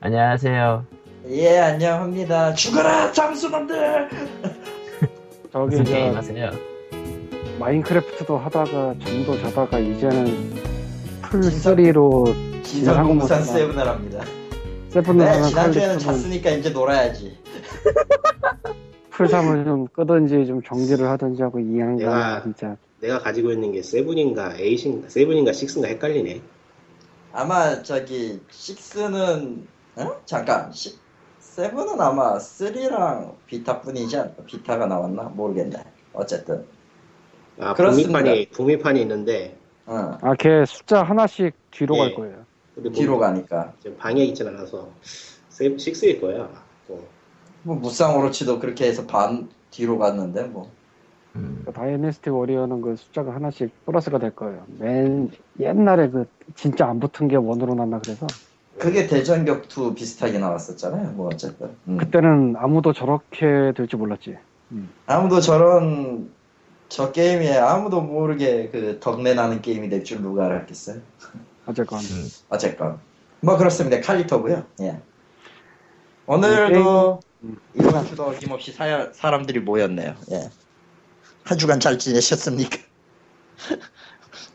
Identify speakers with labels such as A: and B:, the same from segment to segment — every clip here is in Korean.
A: 안녕하세요.
B: 네,
C: 예, 안녕합니다. 죽어라, 잠수남들!
A: 무슨
B: 저기
A: 게임
B: 저
A: 하세요?
B: 마인크래프트도 하다가 잠도 자다가 이제는 풀3로
C: 진성공산
B: 지나가고
C: 세븐나랍니다.
B: 세븐을
C: 네,
B: 하는
C: 지난주에는
B: 칼리스트는
C: 잤으니까 이제 놀아야지.
B: 풀3을 좀 끄든지 좀 정지를 하든지 하고 이 양반은
D: 야.
B: 진짜
D: 내가 가지고 있는 게 세븐인가 에이신가 세븐인가 식스인가 헷갈리네.
C: 아마 저기, 6는, 응? 잠깐, 7은 아마 3랑 비타 뿐이지 않나? 비타가 나왔나? 모르겠네. 어쨌든.
D: 아
C: 그렇습니다.
D: 북미판이 북미판이 있는데
C: 응,
B: 아 걔 숫자 하나씩 뒤로
D: 예.
B: 갈 거예요
D: 우리
C: 어. 뒤로
D: 뭐
C: 가니까.
D: 지금 방에 있진 않아서 세 식스일 거야. 어.
C: 뭐, 무쌍오로치도 그렇게 해서 반 뒤로 갔는데, 뭐.
A: 음,
B: 그 다이내스티 워리어는 그 숫자가 하나씩 플러스가 될 거예요 맨 옛날에 그 진짜 안 붙은 게 원으로 났나 그래서
C: 그게 대전격투 비슷하게 나왔었잖아요. 뭐, 어쨌든. 음.
B: 그때는 아무도 저렇게 될 줄 몰랐지
C: 아무도 저런 저 게임에 아무도 모르게 그 덕내 나는 게임이 될 줄 누가 알았겠어요?
B: 어쨌건
A: 음.
C: 어쨌건 뭐 그렇습니다. 칼리터고요. 예. 오늘도
B: 음.
C: 이번 주도 어김없이 사, 사람들이 모였네요. 예. 한 주간 잘 지내셨습니까?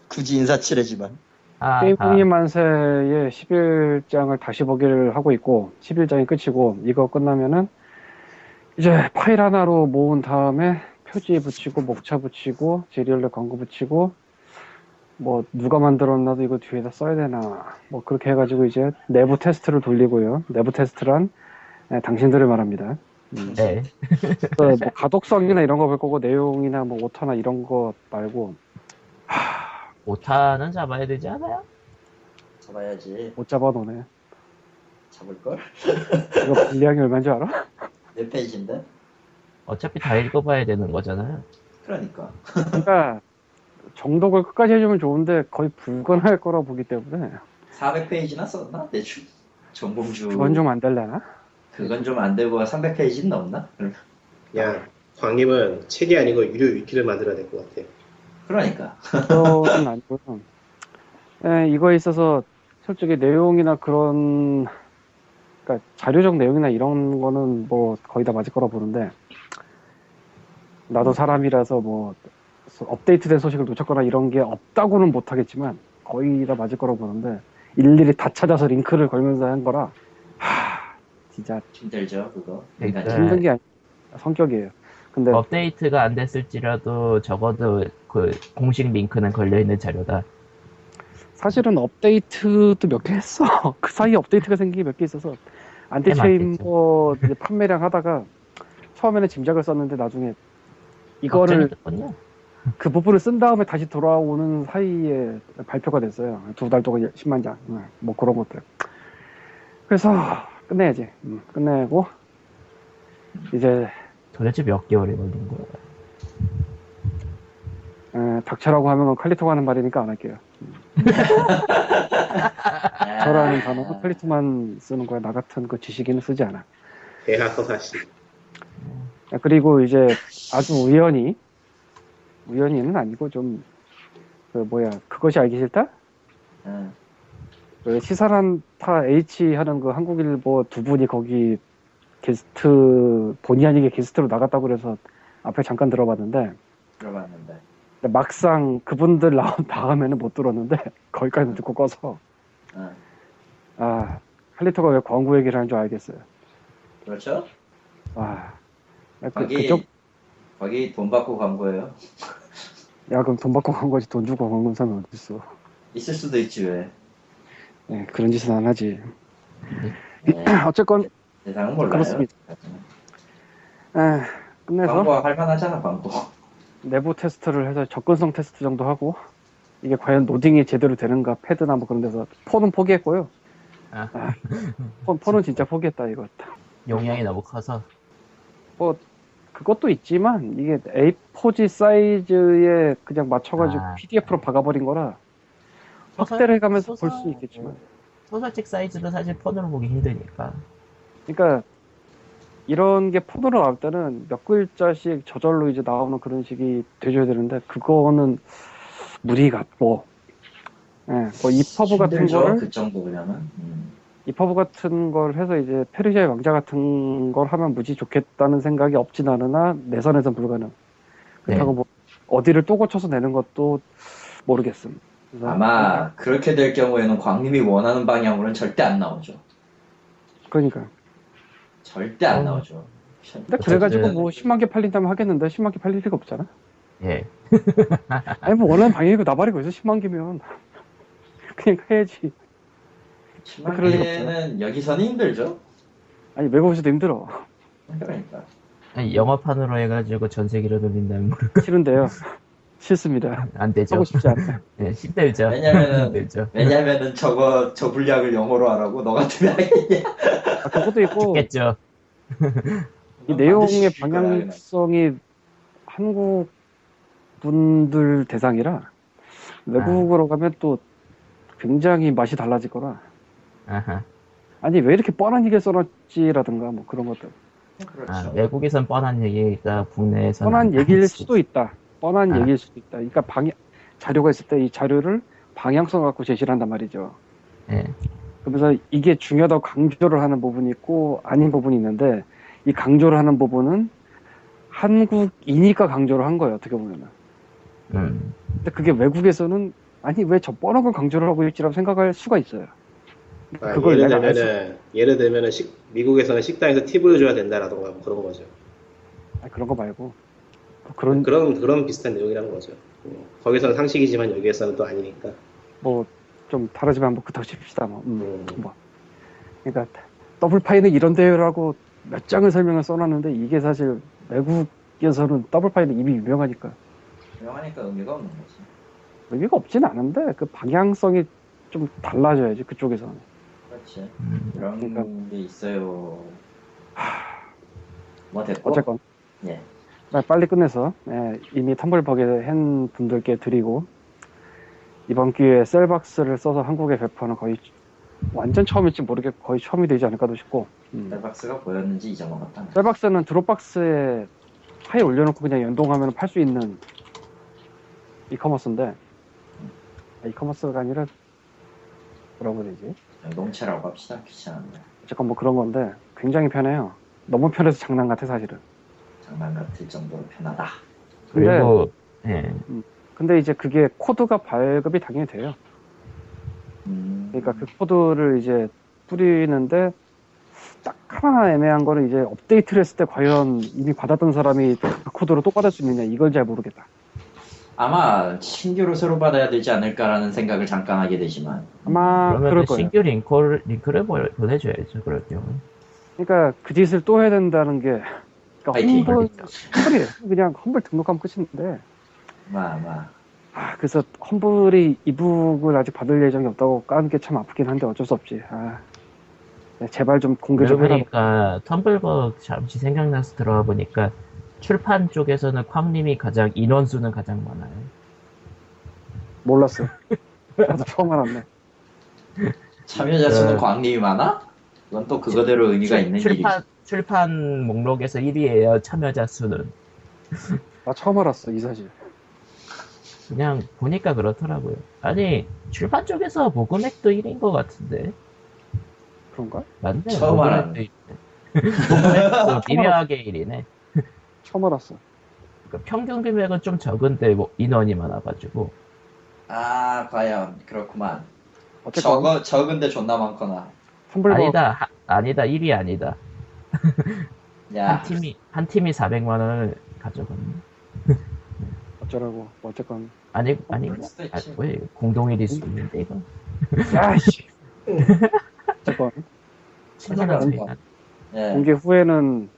C: 굳이 인사치레지만
A: 아, 아,
B: 게임이 만세의 11장을 다시 보기를 하고 있고 11장이 끝이고 이거 끝나면은 이제 파일 하나로 모은 다음에 표지 붙이고 목차 붙이고 제리얼레 광고 붙이고 뭐 누가 만들었나도 이거 뒤에다 써야 되나 뭐 그렇게 해가지고 이제 내부 테스트를 돌리고요 내부 테스트란 네, 당신들을 말합니다 음.
A: 네.
B: 그뭐 가독성이나 이런 거 볼 거고 내용이나 뭐 오타나 이런 거 말고
A: 오타는 잡아야 되지 않아요?
C: 잡아야지
B: 못 잡아놓네
C: 잡을 걸?
B: 이거 분량이 얼마인지 알아?
C: 몇 페이지인데?
A: 어차피 다 읽어봐야 되는 거잖아요.
C: 그러니까
B: 그러니까 정독을 끝까지 해주면 좋은데 거의 불가능할 거라고 보기 때문에
C: 400페이지나 썼나? 대충 전공주
B: 그건 좀 안 될려나?
C: 그건 좀 안 되고 300페이지는 넘나?
D: 야 광님은 책이 아니고 유료 위키를 만들어야 될 것 같아.
C: 그러니까
B: 그건 아니고요. 예, 이거에 있어서 솔직히 내용이나 그런 그러니까 자료적 내용이나 이런 거는 뭐 거의 다 맞을 거라 보는데 나도 사람이라서 뭐 업데이트된 소식을 놓쳤거나 이런 게 없다고는 못하겠지만 거의 다 맞을 거라 보는데 일일이 다 찾아서 링크를 걸면서 한 거라 하, 진짜
C: 힘들죠 그거
A: 네,
C: 인간이.
A: 네.
B: 힘든 게 아니 성격이에요. 근데
A: 업데이트가 안 됐을지라도 적어도 그 공식 링크는 걸려있는 자료다.
B: 사실은 업데이트도 몇 개 했어. 그 사이에 업데이트가 생긴 게 몇 개 있어서 안티체인버 이제 판매량 하다가 처음에는 짐작을 썼는데 나중에 이거를
A: 요
B: 그 부분을 쓴 다음에 다시 돌아오는 사이에 발표가 됐어요. 두 달 동안 10만 장. 응, 뭐 그런 것들. 그래서 끝내야지. 응, 끝내고 이제
A: 도대체 몇 개월이 걸린 거예요?
B: 에, 닥쳐라고 하면 칼리토가 하는 말이니까 안 할게요.
C: 아,
B: 저라는 단어가 칼리토만 쓰는 거야. 나 같은 그 지식인은 쓰지 않아.
D: 대학서사시.
B: 아, 그리고 이제 아주 우연히 우연히는 아니고 좀 그 뭐야 그것이 알기 싫다
C: 응.
B: 그 시사란타 H 하는 그 한국일보 두 분이 거기 게스트 본의 아니게 게스트로 나갔다고 그래서 앞에 잠깐 들어봤는데
C: 들어봤는데
B: 근데 막상 그분들 나온 다음에는 못 들었는데 거기까지 듣고 꺼서
C: 응.
B: 아 할리터가 왜 광고 얘기를 하는 줄 알겠어요
C: 그렇죠
B: 아 그,
C: 거기
B: 그쪽
C: 거기 돈 받고 광고예요
B: 야 그럼 돈 받고 간 거지 돈 주고 광고 사면 어딨어
C: 있을 수도 있지 왜
B: 예, 그런 짓은 안 하지
C: 네,
B: 어쨌건
C: 세상은 몰라요
B: 그렇습니다. 에, 예, 끝내서
C: 광고 할 만하잖아 광고
B: 내부 테스트를 해서 접근성 테스트 정도 하고 이게 과연 노딩이 제대로 되는가 패드나 뭐 그런 데서 폰은 포기했고요.
A: 아.
B: 아, 폰, 폰은 진짜 포기했다 이거.
A: 용량이 너무 커서
B: 그것도 있지만 이게 A4지 사이즈에 그냥 맞춰가지고
A: 아.
B: PDF로 박아버린 거라
A: 소설-
B: 확대를 가면서 볼
A: 소설-
B: 수 있겠지만.
A: 소설책 사이즈는 사실 폰으로 보기 힘드니까
B: 그러니까 이런 게 폰으로 나올 때는 몇 글자씩 저절로 이제 나오는 그런 식이 돼줘야 되는데 그거는 무리 같고 예, 뭐이 퍼브 같은
C: 힘들죠
B: 거를
C: 그 정도면은 음.
B: 이 퍼브 같은 걸 해서 이제 페르시아의 왕자 같은 걸 하면 무지 좋겠다는 생각이 없진 않으나 내선에선 불가능. 그렇다고
C: 네.
B: 뭐 어디를 또 고쳐서 내는 것도 모르겠음. 그래서
C: 아마 그렇게 될 경우에는 광님이 원하는 방향으로는 절대 안 나오죠.
B: 그러니까.
C: 절대 안
A: 어.
C: 나오죠.
B: 근데 그래가지고
A: 어쨌든-
B: 뭐 10만 개 팔린다면 하겠는데 10만 개 팔릴 리가 없잖아.
A: 예.
B: 아니 뭐 원하는 방향이고 나발이고 해서 10만 개면 그냥 해야지. 그럴 리가
C: 신만기는 여기서는 힘들죠.
B: 아니 외국에서도 힘들어.
C: 그러니까
A: 아니, 영어판으로 해가지고 전 세계로 돌린다면
B: 싫은데요. 싫습니다.
A: 안 되죠.
B: 하고 싶지 않아.
A: 예,
B: 네.
A: 힘들죠.
C: 왜냐면은-
A: 힘들죠.
C: 왜냐면은 저거 저 분량을 영어로 하라고 너 같으면 하겠냐?
B: 아, 그것도 있고
A: 죽겠죠.
B: 이
C: 반드시
B: 내용의
C: 죽일 거야, 그냥.
B: 방향성이 한국 분들 대상이라 외국으로 가면 또 굉장히 맛이 달라질 거라
A: 아하.
B: 아니 왜 이렇게 뻔한 얘기 써놨지라든가 뭐 그런 것들
A: 아,
C: 그렇죠.
A: 외국에선 뻔한 얘기니까 국내에서는 아,
B: 뻔한
A: 안
B: 얘기일
A: 하지.
B: 수도 있다 뻔한
A: 아.
B: 얘기일 수도 있다 그러니까 방 자료가 있을 때 이 자료를 방향성 갖고 제시를 한단 말이죠 네.
A: 예.
B: 그러면서 이게 중요하다고 강조를 하는 부분이 있고 아닌 부분이 있는데 이 강조를 하는 부분은 한국이니까 강조를 한 거예요 어떻게 보면은
A: 음.
B: 근데 그게 외국에서는 아니 왜 저 뻔한 걸 강조를 하고 있지라고 생각할 수가 있어요.
D: 아,
B: 그걸
D: 예를
B: 내가 알 수-
D: 들면은 예를 들면은 식- 미국에서는 식당에서 팁을 줘야 된다라던가 뭐 그런 거죠.
B: 아니, 그런 거 말고 뭐 그런
D: 그런 그런 비슷한 내용이란 거죠. 음, 거기서는 상식이지만 여기에서는 또 아니니까.
B: 뭐 좀 다르지만 뭐 그렇다고 칩시다 뭐. 음.
D: 음,
B: 그러니까 더블 파이는 이런데요라고 몇 장을 설명을 써놨는데 이게 사실 외국에서는 더블 파이는 이미 유명하니까
C: 유명하니까 의미가 없는 거지.
B: 의미가 없진 않은데 그 방향성이 좀 달라져야지 그쪽에서는
C: 그렇지.
A: 음.
C: 이런
B: 그러니까.
C: 게 있어요. 뭐 됐고.
B: 어쨌건
C: 예.
B: 나 빨리 끝내서 예, 이미 텀블벅에 한 분들께 드리고 이번 기회에 셀박스를 써서 한국에 배포하는 거의 완전 처음일지 모르겠고 거의 처음이 되지 않을까도 싶고 음.
C: 셀박스가 보였는지 잊어먹었다.
B: 셀박스는 드롭박스에 파일 올려놓고 그냥 연동하면 팔 수 있는 이커머스인데 아, 이커머스가 아니라 뭐라고 해야 되지?
C: 공채라고 합시다. 귀찮은데.
B: 어쨌건 뭐 그런 건데 굉장히 편해요 너무 편해서 장난 같아 사실은
C: 장난 같을 정도로 편하다.
B: 근데
A: 그리고 예.
B: 근데 이제 그게 코드가 발급이 당연히 돼요
C: 음.
B: 그러니까 그 코드를 이제 뿌리는데 딱 하나 애매한 거는 이제 업데이트를 했을 때 과연 이미 받았던 사람이 그 코드로 또 받을 수 있느냐 이걸 잘 모르겠다.
C: 아마 신규로 새로 받아야 되지 않을까라는 생각을 잠깐 하게 되지만
B: 아마 그럴
A: 그러면
B: 거예요.
A: 신규 링크를, 링크를 보- 보내줘야죠. 그럴 경우.
B: 그러니까 그 짓을 또 해야 된다는 게
C: 파이팅.
B: 그러니까 험블 험블이에요. 그냥 험블 등록하면 끝인데
C: 아마
B: 아 그래서 험블이 이북을 아직 받을 예정이 없다고 까는 게 참 아프긴 한데 어쩔 수 없지. 아 네, 제발 좀 공개
A: 그러고
B: 좀 해라.
A: 보니까 텀블벅 잠시 생각나서 들어와 보니까 출판 쪽에서는 쾅님이 가장 인원수는 가장 많아요.
B: 몰랐어. 나도 처음 알았네.
C: 참여자 수는
A: 네.
C: 광님이 많아? 그건 또 그거대로 의미가
B: 네.
C: 있는
A: 출판 출판 목록에서 1위예요. 참여자 수는
B: 나 처음 알았어 이 사실.
A: 그냥 보니까 그렇더라고요. 아니 출판 쪽에서 모금액도 1인 것 같은데
B: 그런가?
A: 맞네.
C: 처음 알았네.
A: 모금액도 1위네. 모금액도 미묘하게 1위네.
B: 처음 알았어.
A: 그 평균 금액은 좀 적은데 뭐 인원이 많아가지고
C: 일이아 과연 그렇구만
B: 어쨌건
C: 적어, 적은데 존나 많거나
B: 텀블벅
A: 아니다 하- 아니다 1위 아니다
C: 야
A: 한 팀이 한 팀이 400만 원을 가져갔네.
B: 어쩌라고 뭐 어쨌건
A: 아니 아니
C: 그럴 수도
A: 아,
C: 있지.
A: 왜 공동일일 수 있는데 이거
B: 야씨 어쨌건
A: 천만 원 차이 나.
C: 예.
A: 네.
B: 공개 후에는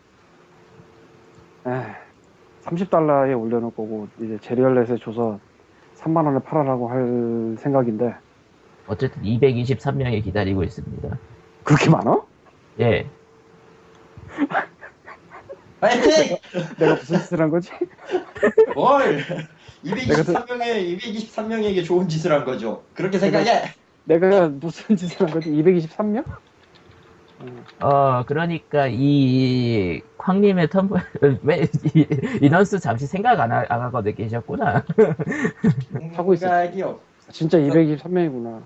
B: 에 30달러에 올려놓을 거고 이제 제리얼렛에 줘서 3만 원에 팔아라고 할 생각인데
A: 어쨌든 223명이 기다리고 있습니다.
B: 그렇게 많아?
A: 예.
C: 파이팅!
B: 내가 무슨 짓을 한 거지?
C: 뭘
B: 네, 내가
C: 223명에 223명에게 좋은 짓을 한 거죠 그렇게 생각해
B: 내가 무슨 짓을 한 거지? 223명?
A: 어 그러니까 이 쾅님의 텀블 왜 이- 인원수 잠시 생각 안, 하, 안 하고 계셨구나.
B: 하고 있어.
C: 생각이 없
B: 진짜 223명이구나.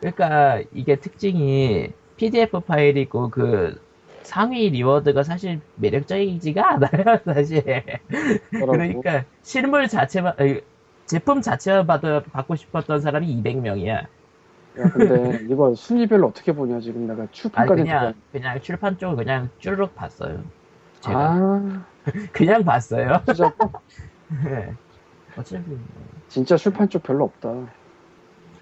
A: 그러니까 이게 특징이 PDF 파일이고 그 상위 리워드가 사실 매력적이지가 않아요 사실
B: 그러고
A: 그러니까 실물 자체만 아니, 제품 자체만 받아, 받고 싶었던 사람이 200명이야
B: 야, 근데 이걸 순위별로 어떻게 보냐 지금 내가
A: 아니
B: 출판까지
A: 그냥 그냥 출판 쪽을 그냥 쭈르륵 봤어요 제가
B: 아
A: 그냥 봤어요
B: 진짜
A: 예. 어차피 뭐.
B: 진짜 출판 쪽 별로 없다.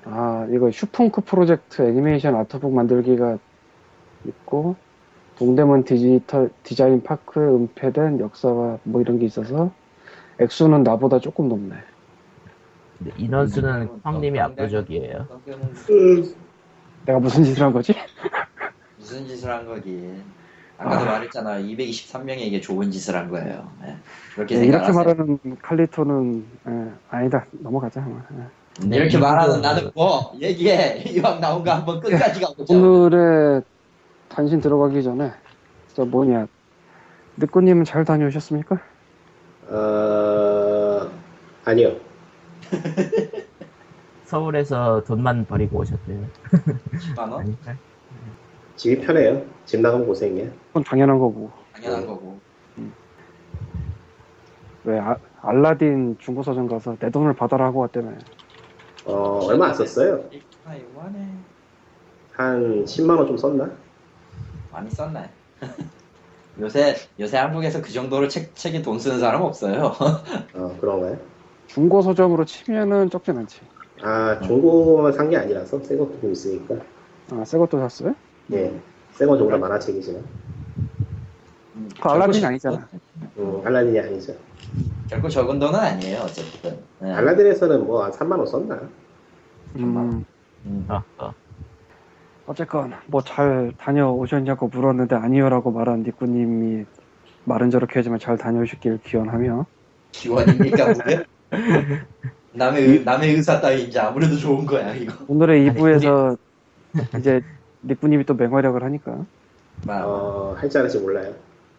B: 아, 이거 슈펑크 프로젝트 애니메이션 아트북 만들기가 있고, 동대문 디지털 디자인 파크 은폐된 역사와 뭐 이런 게 있어서, 액수는 나보다 조금 높네.
A: 근데 인원수는
C: 음,
A: 황님이
C: 어,
A: 압도적이에요
C: 성격은
D: 음,
B: 내가 무슨 짓을 한 거지?
C: 무슨 짓을 한 거기. 아까도 말했잖아. 223명에게 좋은 짓을 한 거예요. 예. 그렇게
B: 네, 이렇게
C: 생각하세요.
B: 말하는 칼리토는, 예, 아니다. 넘어가자. 아마. 예.
C: 음,
A: 네,
C: 이렇게 말하는 나는 뭐 얘기해. 이왕 나온 거 한번 끝까지 가보자.
B: 네. 오늘의 단신 들어가기 전에, 저 뭐냐. 늑구님은 잘 다녀오셨습니까?
D: 어, 아니요.
A: 서울에서 돈만 버리고 오셨대요
C: 10만 원?
A: 아닐까?
D: 집이 편해요. 집 나가면 고생이야.
B: 그건 당연한 거고.
C: 당연한 거고.
B: 왜 아- 알라딘 중고서점 가서 내 돈을 받아라 하고 왔다며
D: 어, 얼마 안 썼어요.
C: 아, 요만해.
D: 한 10만 원 좀 썼나?
C: 많이 썼네. 요새 요새 한국에서 그 정도로 책 책에 돈 쓰는 사람 없어요.
D: 어, 그런가요?
B: 중고서점으로 치면은 적진 않지
D: 아, 중고만 산 게 아니라서 새 것도 좀 있으니까.
B: 아 새 것도 샀어요?
D: 예. 새건 저보다 만화책이지만.
C: 음,
B: 그 알라딘이
C: 결코
B: 아니잖아
D: 음, 알라딘이 아니죠.
C: 적- 결코 그 적은 돈은 아니에요. 어쨌든. 예.
D: 알라딘에서는 뭐 한 3만 원 썼나?
B: 음,
C: 음,
A: 어, 어.
B: 어쨌건 뭐 잘 다녀오셨냐고 물었는데 아니요라고 말한 니꾸님이 말은 저렇게 하지만 잘 다녀오셨길 기원하며
C: 기원입니까 그게? 남의 의- 남의 의사 따위인지 아무래도 좋은 거야 이거.
B: 오늘의
A: 아니,
B: 2부에서 이제 니꾸님이 또 맹활약을 하니까
C: 막
D: 어, 할 줄 알지 몰라요.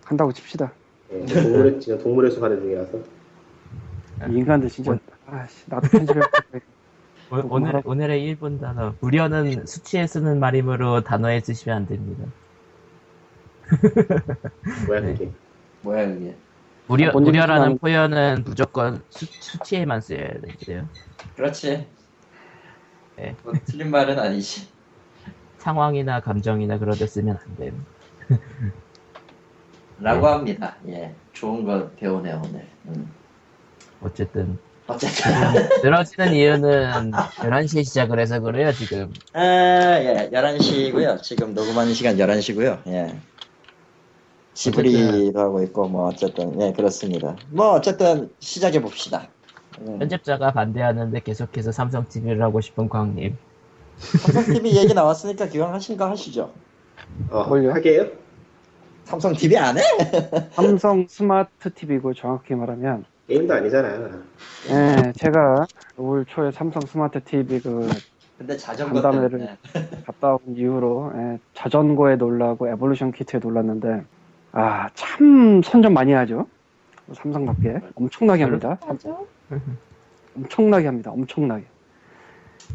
B: 한다고 칩시다
D: 예, 동물의, 지금 동물의 수 하는 중이라서.
A: 아,
B: 이 인간들 진짜
A: 뭐.
B: 아씨 나도 편집해
A: 오-
B: 뭐
A: 오늘, 오늘의 일본 단어 무려는 수치에 쓰는 말이므로 단어에 쓰시면 안 됩니다
D: 뭐야, 그게.
C: 뭐야 이게?
A: 무려,
B: 아, 뭔
A: 무려라는
B: 얘기인지
A: 표현은 무조건 수, 수치에만 쓰여야 돼요
C: 그렇지.
D: 네.
A: 예.
C: 뭐, 틀린 말은 아니지.
A: 상황이나 감정이나 그런 데 쓰면 안 돼요
C: 라고
D: 네.
C: 합니다. 예. 좋은 거 배우네 오늘. 음.
A: 어쨌든
C: 어쨌든
A: 늘어지는 이유는 11시에 시작을 해서 그래요 지금
C: 아, 예. 11시고요. 지금 녹음하는 시간 11시고요. 예. 지브리도 하고 있고 뭐 어쨌든 예 그렇습니다. 뭐 어쨌든 시작해 봅시다. 음.
B: 예.
A: 편집자가 반대하는데 계속해서 삼성 TV를 하고 싶은 광님
C: 삼성 TV 얘기 나왔으니까 기왕 하신 거 하시죠.
D: 어,
B: 뭘요?
D: 하게요?
C: 삼성 TV 안 해?
B: 삼성 스마트 TV고 정확히 말하면
D: 게임도 아니잖아.
B: 예, 제가 올 초에 삼성 스마트 TV 그
C: 근데 자전거
B: 간담회를-
C: 때문에
B: 갔다 온 이후로 예, 자전거에 놀라고 에볼루션 키트에 놀랐는데 아 참 선전 많이 하죠
C: 네.
B: 삼성답게 엄청나게 합니다 엄청나게 합니다 엄청나게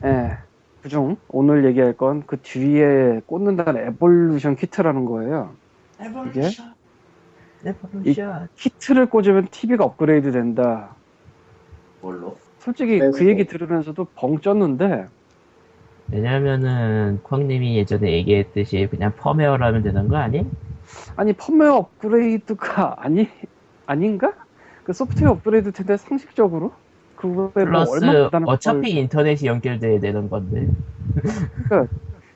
B: 예, 그중 오늘 얘기할 건 그 뒤에 꽂는다는 에볼루션 키트라는 거예요
C: 에볼루션.
A: 네, 에볼루션
B: 키트를 꽂으면 TV가 업그레이드 된다
C: 뭘로? 네,
B: 솔직히 그 얘기 들으면서도 벙 쪘는데
A: 왜냐면은 광님이 예전에 얘기했듯이 그냥 펌웨어라면 되는 거 아니?
B: 네, 아니 펌웨어 업그레이드가 아니 아닌가? 그 소프트웨어 업그레이드 텐데 상식적으로 그거에 뭐
A: 플러스
B: 얼마 부담을
A: 어차피
B: 걸-
A: 인터넷이 연결돼야 되는 건데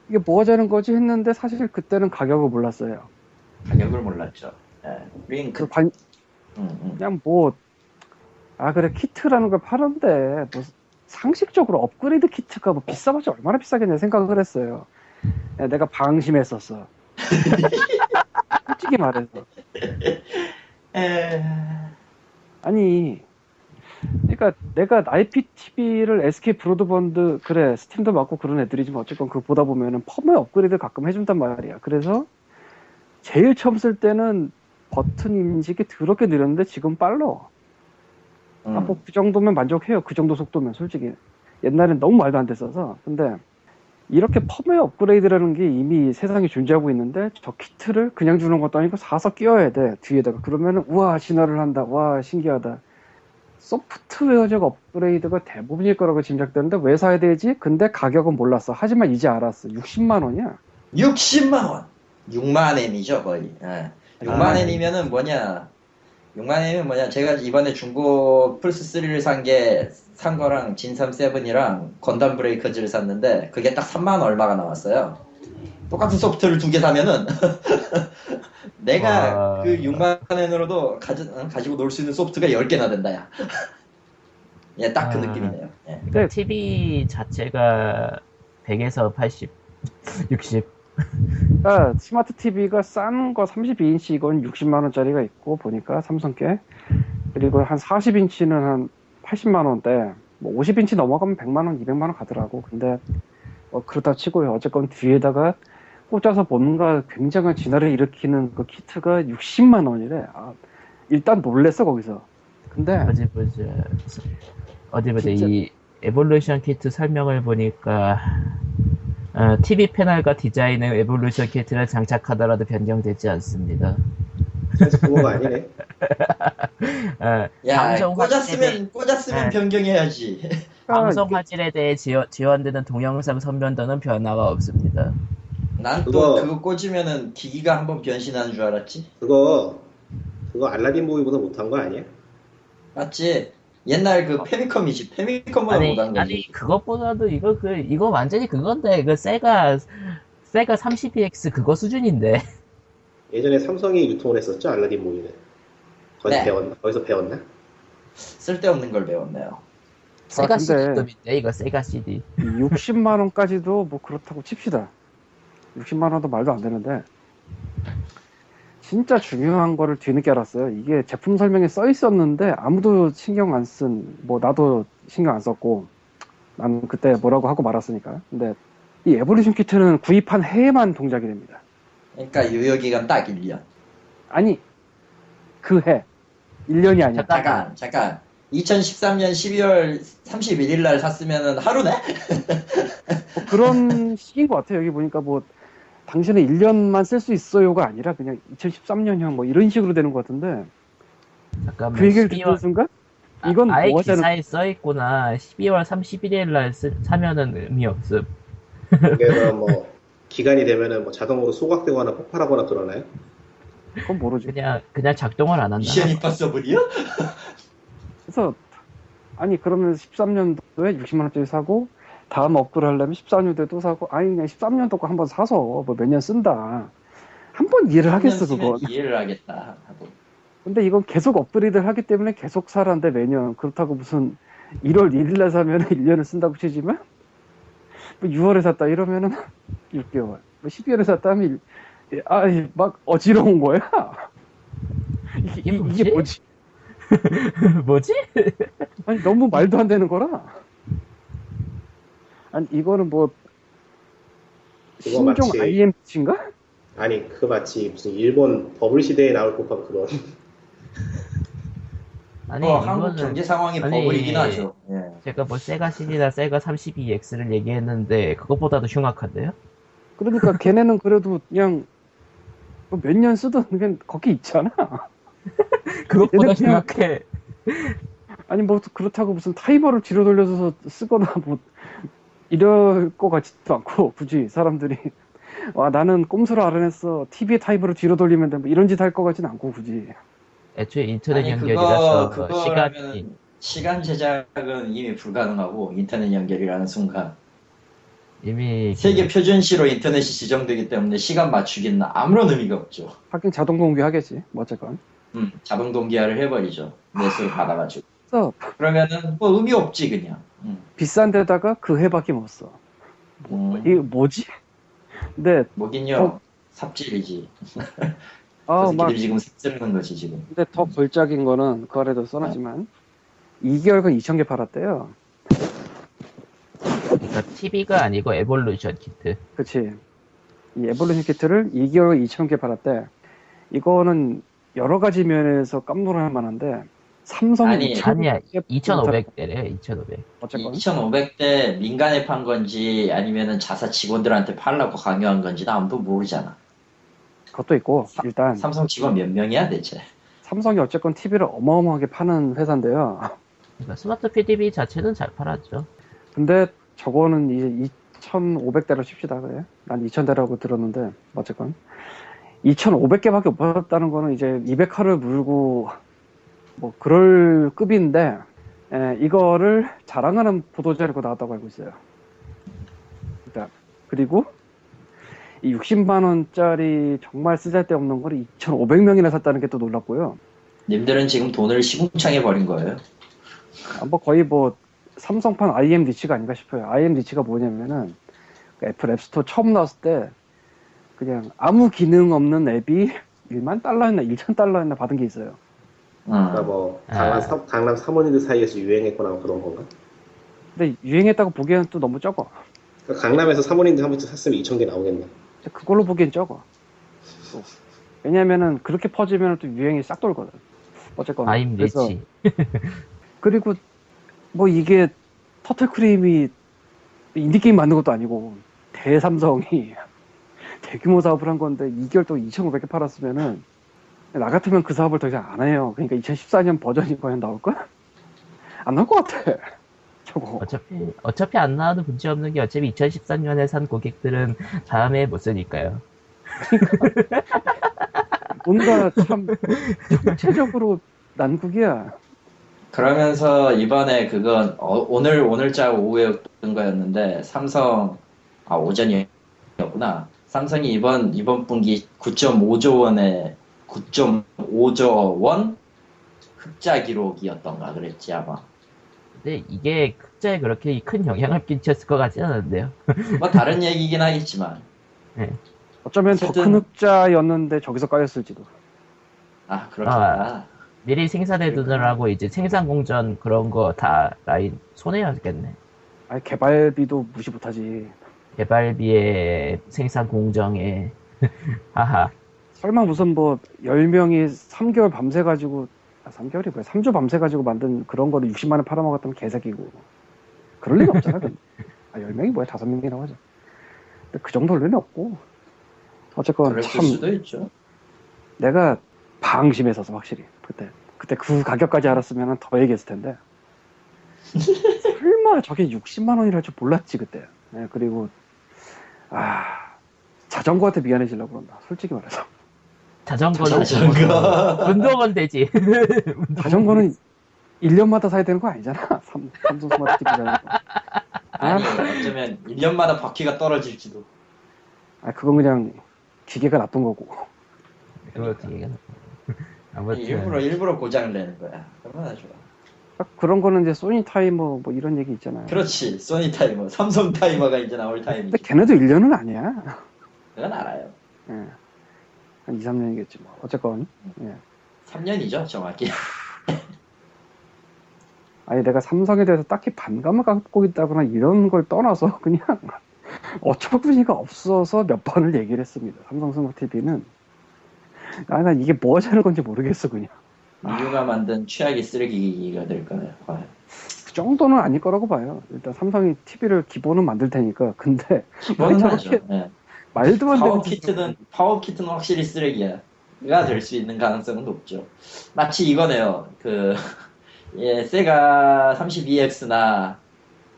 B: 이게 뭐 하자는 거지 했는데 사실 그때는 가격을 몰랐어요.
C: 가격을 아, 몰랐죠. 예. 링크.
B: 그 관-
C: 음, 음.
B: 그냥 뭐 아 그래 키트라는 걸 파는데 뭐 상식적으로 업그레이드 키트가 뭐 비싸봤자 얼마나 비싸겠냐 생각을 했어요. 야, 내가 방심했었어. 솔직히 말해서
C: 에...
B: 아니, 그러니까 내가 IPTV를 SK 브로드밴드 그래 스팀도 맞고 그런 애들이지만 어쨌건 그거 보다 보면은 펌웨어 업그레이드 가끔 해준단 말이야. 그래서 제일 처음 쓸 때는 버튼 인식이 더럽게 느렸는데 지금 빨라.
C: 음.
B: 아, 그 뭐그 정도면 만족해요. 그 정도 속도면 솔직히 옛날엔 너무 말도 안 됐어서. 근데 이렇게 펌웨어 업그레이드라는 게 이미 세상에 존재하고 있는데 저 키트를 그냥 주는 것도 아니고 사서 끼워야 돼 뒤에다가 그러면은 우와 진화를 한다 와 신기하다 소프트웨어적 업그레이드가 대부분일 거라고 짐작되는데 왜 사야 되지? 근데 가격은 몰랐어 하지만 이제 알았어 60만 원이야
C: 60만 원. 6만 엔이죠 거의. 예. 6만
B: 아,
C: 엔이면은 뭐냐? 6만 엔이면 뭐냐? 제가 이번에 중고 플스 3를 산 게 산 거랑 진삼 세븐이랑 건담 브레이커즈를 샀는데 그게 딱 3만 얼마가 나왔어요. 똑같은 소프트를 두 개 사면은 내가
A: 와.
C: 그 6만 엔으로도 가지, 응, 가지고 놀 수 있는 소프트가 10개나 된다 야. 예, 딱 그
A: 아.
C: 느낌이네요. 예.
A: 그러니까 TV 자체가 100에서 80, 60.
B: 그러니까 스마트 TV가 싼 거 32인치 이건 60만 원짜리가 있고 보니까 삼성 게 그리고 한 40인치는 한 80만 원대 뭐 50인치 넘어가면 100만 원, 200만 원 가더라고. 근데 뭐 그렇다 치고요. 어쨌건 뒤에다가 꽂아서 뭔가 굉장한 진화를 일으키는 그 키트가 60만 원이래. 아, 일단 놀랬어 거기서. 근데
A: 어디 보자. 어디 보자.
B: 네. 진짜.
A: 이 에볼루션 키트 설명을 보니까 어, TV 패널과 디자인은 에볼루션 키트를 장착하더라도 변경되지 않습니다.
D: 그래서 그거가 아니네.
A: 어,
C: 야,
A: 감성 확대돼.
C: 꽂았으면 꽂았으면
A: 예.
C: 변경해야지.
A: 방송 화질에 대해 지원, 지원되는 동영상 선면도는 변화가 없습니다.
C: 난 또
D: 그거-
C: 그거... 꽂으면은 기기가 한번 변신하는 줄 알았지.
D: 그거 그거 알라딘 보이보다 못한 거 아니야?
C: 맞지? 옛날
D: 아.
C: 그 페미컴이지. 페미컴보다
A: 아니,
C: 못한 거지.
A: 아니 그것보다도 이거 그 이거 완전히 그건데 이거 세가 세가 32X 그거 수준인데
D: 예전에 삼성이 유통을 했었죠 알라딘 보이는. 거기서
C: 네.
D: 배웠나? 거기서 배웠나?
C: 쓸데없는 걸 배웠네요.
A: 세가
B: 근데-
A: CD급인데 이거 세가 CD.
B: 60만 원까지도 뭐 그렇다고 칩시다. 60만 원도 말도 안 되는데 진짜 중요한 거를 뒤늦게 알았어요. 이게 제품 설명에 써 있었는데 아무도 신경 안 쓴 뭐 나도 신경 안 썼고 나는 그때 뭐라고 하고 말았으니까. 근데 이 에볼루션 키트는 구입한 해에만 동작이 됩니다.
C: 그러니까 유효기간 딱 1년.
B: 아니 그 해. 1년이 아니야.
A: 잠깐.
C: 잠깐, 잠깐. 2013년 12월 31일 날 샀으면은 하루네?
B: 뭐 그런 시기인 것 같아요. 여기 보니까 뭐 당신은 1년만 쓸 수 있어요가 아니라 그냥 2013년형 뭐 이런 식으로 되는 것 같은데
A: 잠깐만.
B: 그 얘기를
A: 12월
B: 듣는 순간 이건
A: 아예
B: 뭐 하자는
A: 기사에 써 있구나. 12월 31일 날 쓰- 사면은 의미 없음.
D: 그래서 뭐 기간이 되면은 뭐 자동으로 소각되거나 폭발하거나 그러나요?
B: 건 모르지.
A: 그냥 그냥 작동을 안 한다.
C: 미션 임파서블이요?
B: 그래서 아니 그러면 13년도에 60만 원짜리 사고 다음 업그를 하려면 14년도에 또 사고 아니 그냥 13년도 거 한번 사서 뭐 몇 년 쓴다. 한 번 이해를 하겠어 그건.
C: 이해를 하겠다. 하고.
B: 근데 이건 계속 업그레이드를 하기 때문에 계속 사라는데 매년 그렇다고 무슨 1월 1일날 사면 1년을 쓴다고 치지만 뭐 6월에 샀다 이러면은 6개월 뭐 12월에 샀다 하면 아막 어지러운 거야 이게,
A: 이게
B: 이- 이게 뭐지?
A: 뭐지?
B: 아니 너무 말도 안 되는 거라 아니 이거는 뭐
D: 이거
B: 신종
D: 마치-
B: IMC인가?
D: 아니 그 마치 무슨 일본 버블 시대에 나올 법한 그런
C: 아.
A: 아니
C: 어, 한국
A: 이거는
C: 경제 상황이
A: 아니,
C: 버블이긴 하죠. 예.
A: 제가 뭐 세가 CD나 세가 32X를 얘기했는데 그것보다도 흉악한데요?
B: 그러니까 걔네는 그래도 그냥 뭐 몇 년 쓰던 그냥 거기 있잖아
A: 그것보다
B: 얘는 그냥-
A: 흉악해.
B: 아니 뭐 그렇다고 무슨 타이머를 뒤로 돌려서 쓰거나 뭐 이럴 것 같지도 않고 굳이 사람들이 와 나는 꼼수를 알아냈어 TV에 타이머를 뒤로 돌리면 돼뭐 이런 짓 할 것 같진 않고 굳이
A: 애초에 인터넷
C: 아니,
A: 연결이라서
C: 그거, 그거
A: 시간이
C: 시간... 시간 제작은 이미 불가능하고 인터넷 연결이라는 순간
A: 이미 그
C: 세계 표준시로 인터넷이 지정되기 때문에 시간 맞추기는 아무런 의미가 없죠.
B: 하긴 자동 공개하겠지 뭐 어쨌건
C: 음, 자동 동기화를 해버리죠. 매수를 받아가지고.
B: 그래서
C: 그러면은 뭐 의미 없지 그냥. 음.
B: 비싼 데다가 그 해밖에 못써
C: 음,
B: 이게 뭐지? 근데
C: 뭐긴요.
B: 어.
C: 삽질이지. 저
B: 아막
C: 새끼들 지금 삽질하는 거지 지금.
B: 근데 더 골짝인 거는 그 아래도 써놨지만 2개월간 2,000개 팔았대요
A: TV가 그러니까 아니고 에볼루션 키트.
B: 그치. 이 에볼루션 키트를 2개월 2천 개 팔았대. 이거는 여러 가지 면에서 깜놀할 만한데 삼성이
C: 아니,
B: 2,500
A: 아니야.
B: 에
A: 2,500대래, 2,500.
B: 어쨌건
C: 2,500대 민간에 판 건지 아니면은 자사 직원들한테 팔라고 강요한 건지 는 아무도 모르잖아.
B: 그것도 있고 일단
C: 삼성 직원 몇 명이야 대체?
B: 삼성이 어쨌건 TV를 어마어마하게 파는 회사인데요.
A: 그러니까 스마트 PDB 자체는 잘 팔았죠.
B: 근데 저거는 이제 2,500대로 칩시다 그래. 난 2,000대라고 들었는데 어쨌건 2,500개밖에 못 받았다는 거는 이제 200화를 물고 뭐 그럴 급인데 에, 이거를 자랑하는 보도자료가 나왔다고 알고 있어요. 그러니까 그리고 이 60만 원짜리 정말 쓰잘데없는 거를 2,500명이나 샀다는 게 또 놀랍고요.
C: 님들은 지금 돈을 시궁창에 버린 거예요.
B: 아, 뭐 거의 뭐 삼성판 IMDC가 아닌가 싶어요. IMDC가 뭐냐면은 그 애플 앱스토어 처음 나왔을 때 그냥 아무 기능 없는 앱이 1만 달러였나 1천 달러였나 받은 게 있어요.
D: 그러니까
C: 음.
D: 뭐 강남,
A: 아.
D: 사, 강남 사모님들 사이에서 유행했거나 뭐 그런 건가?
B: 근데 유행했다고 보기에는 또 너무 적어.
D: 그러니까 강남에서 사모님들 한 번쯤 샀으면 2천 개 나오겠네.
B: 근데 그걸로 보기엔 적어. 또. 왜냐면은 그렇게 퍼지면 또 유행이 싹 돌거든. 어쨌건
A: 아임
B: 그래서
A: 리치.
B: 그리고 뭐 이게 터틀크림이 인디게임 만든 것도 아니고 대삼성이 대규모 사업을 한 건데 2개월 동안 2,500개 팔았으면은 나 같으면 그 사업을 더 이상 안 해요. 그러니까 2014년 버전이 과연 나올까? 안 나올 것 같아. 저거.
C: 예.
A: 어차피, 어차피 안 나와도 문제없는 게 어차피 2013년에 산 고객들은 다음에 못 쓰니까요.
B: 뭔가 참 전체적으로 난국이야.
C: 그러면서 이번에 그건 어, 오늘 오늘자 오후에 뜬 거였는데 삼성 아 오전이었구나. 삼성이 이번 이번 분기 9.5조 원의 9.5조 원 흑자 기록이었던가 그랬지 아마.
A: 근데 이게 흑자에 그렇게 큰 영향을 끼쳤을 것 같진 않은데요.
C: 뭐 다른 얘기긴 하겠지만
B: 어쩌면 더 큰
C: 어쨌든-
B: 흑자였는데 저기서 까였을지도.
C: 아 그렇구나.
A: 미리 생산해두느라고 이제 생산공전 그런 거 다 라인 손해였겠네.
B: 아니 개발비도 무시 못하지.
A: 개발비에 생산공정에. 하하.
B: 설마 무슨 뭐 10명이 3개월 밤새 가지고 아, 3개월이 뭐야? 3주 밤새 가지고 만든 그런 거를 60만 원에 팔아먹었다면 개새끼고. 그럴 리가 없잖아. 근데. 아, 10명이 뭐야? 5명이라고 하자. 근데 그 정도 는 없고. 어쨌건
C: 그랬을
B: 참
C: 수도 있죠.
B: 내가 방심했었어, 확실히. 그때. 그때 그 가격까지 알았으면 더 얘기했을 텐데. 설마 저게 60만 원이랄 줄 몰랐지, 그때. 네, 그리고 아, 자전거한테 미안해지려고 그런다. 솔직히 말해서.
A: 자전거는 뭐
C: 자전거.
A: 운동은 되지.
B: 자전거는 1년마다 사야 되는 거 아니잖아. 삼, 삼성 스마트 TV 자전거.
C: 아니 어쩌면 1년마다 바퀴가 떨어질지도.
B: 아, 그건 그냥 기계가 나쁜 거고.
A: 그렇지. 이건.
C: 아니,
A: 아무튼
C: 일부러 일부러 고장을 내는 거야. 얼마나 좋아.
B: 아, 그런 거는 이제 소니 타이머 뭐 이런 얘기 있잖아요.
C: 그렇지 소니 타이머, 삼성 타이머가 이제 나올 타이밍.
B: 근데 걔네도 1년은 아니야.
C: 그건 알아요.
B: 예. 한 2, 3년이겠지 뭐. 어쨌건. 예.
C: 3년이죠 정확히.
B: 아니 내가 삼성에 대해서 딱히 반감을 갖고 있다거나 이런 걸 떠나서 그냥 어처구니가 없어서 몇 번을 얘기를 했습니다. 삼성 스마트 TV는. 아, 난 이게 뭐 하자는 건지 모르겠어, 그냥. 아.
C: 인류가 만든 최악의 쓰레기가 될 거네요. 과연.
B: 그 정도는 아닐 거라고 봐요. 일단 삼성이 TV를 기본은 만들 테니까. 근데
C: 기본은
B: 아니,
C: 하죠. 예.
B: 말도 안 되는
C: 파워
B: 짓을
C: 키트는 파워 키트는 확실히 쓰레기야. 가 될 수 있는 가능성은 높죠. 마치 이거네요. 그 예, 세가 32X나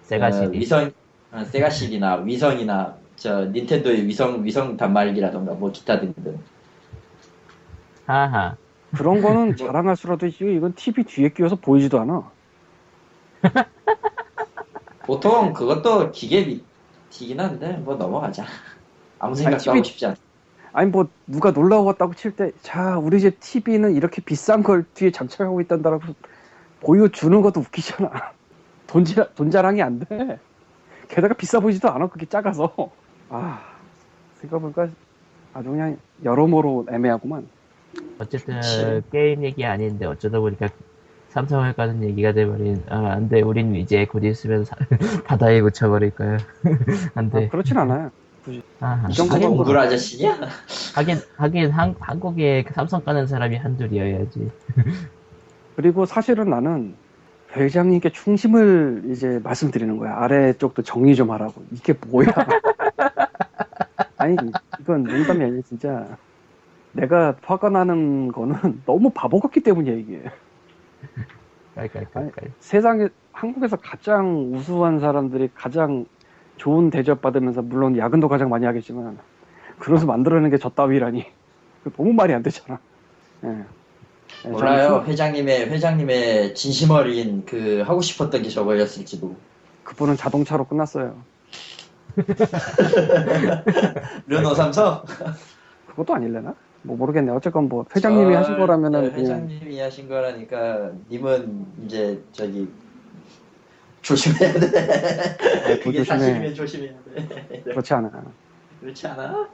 A: 세가
C: 어,
A: 시리.
C: 위성 어, 세가실이나 위성이나 저 닌텐도의 위성 위성 단말기라던가 뭐 기타 등등
A: 하하.
B: 그런
C: 뭐.
B: 거는 자랑할 수라도 있지 이건 TV 뒤에 끼워서 보이지도 않아.
C: 보통 그것도 기계 밑이긴 한데 뭐 넘어가자 아무 생각도
B: TV
C: 하고 싶지 않아
B: 아니 뭐 누가 놀러 왔다고 칠 때 자 우리 집 TV는 이렇게 비싼 걸 뒤에 장착하고 있단다라고 보여주는 것도 웃기잖아. 돈, 지, 돈 자랑이 안 돼. 게다가 비싸 보이지도 않아 그게 작아서. 아 생각해보니까 아주 그냥 여러모로 애매하구만.
A: 어쨌든
C: 그치.
A: 게임 얘기 아닌데 어쩌다 보니까 삼성을 가는 얘기가 돼버린 아 안돼 우린 이제 곧 있으면 사- 바다에 묻혀버릴 거야
B: 아,
A: 안돼
B: 그렇진 않아요.
A: 아,
B: 이 정도면
A: 하긴,
B: 뭐-
C: 동굴 아저씨냐?
A: 하긴 하긴 한, 한국에 삼성 가는 사람이 한둘이어야지
B: 그리고 사실은 나는 회장님께 충심을 이제 말씀드리는 거야. 아래쪽도 정리 좀 하라고. 이게 뭐야? 아니 이건 농담이 아니라 진짜 내가 화가 나는 거는 너무 바보 같기 때문이야 이게.
A: 깔깔깔깔.
B: 세상에 한국에서 가장 우수한 사람들이 가장 좋은 대접 받으면서 물론 야근도 가장 많이 하겠지만 그래서 만들어낸 게 저따위라니 그거 너무 말이 안 되잖아. 예. 예,
C: 몰라요
B: 저는
C: 회장님의 회장님의 진심 어린 그 하고 싶었던 게 저거였을지도
B: 그분은 자동차로 끝났어요.
A: 네,
C: 르노 삼성
B: 그것도 아닐래나? 뭐 모르겠네. 어쨌건 뭐 회장님이 하신 거라면은 예,
C: 네,
B: 그냥
C: 회장님이 하신 거라니까 님은 이제 저기 조심해야 돼 그게
B: 네, 조심해.
C: 사실이면 조심해야 돼
B: 그렇지 않아.
C: 그렇지 않아?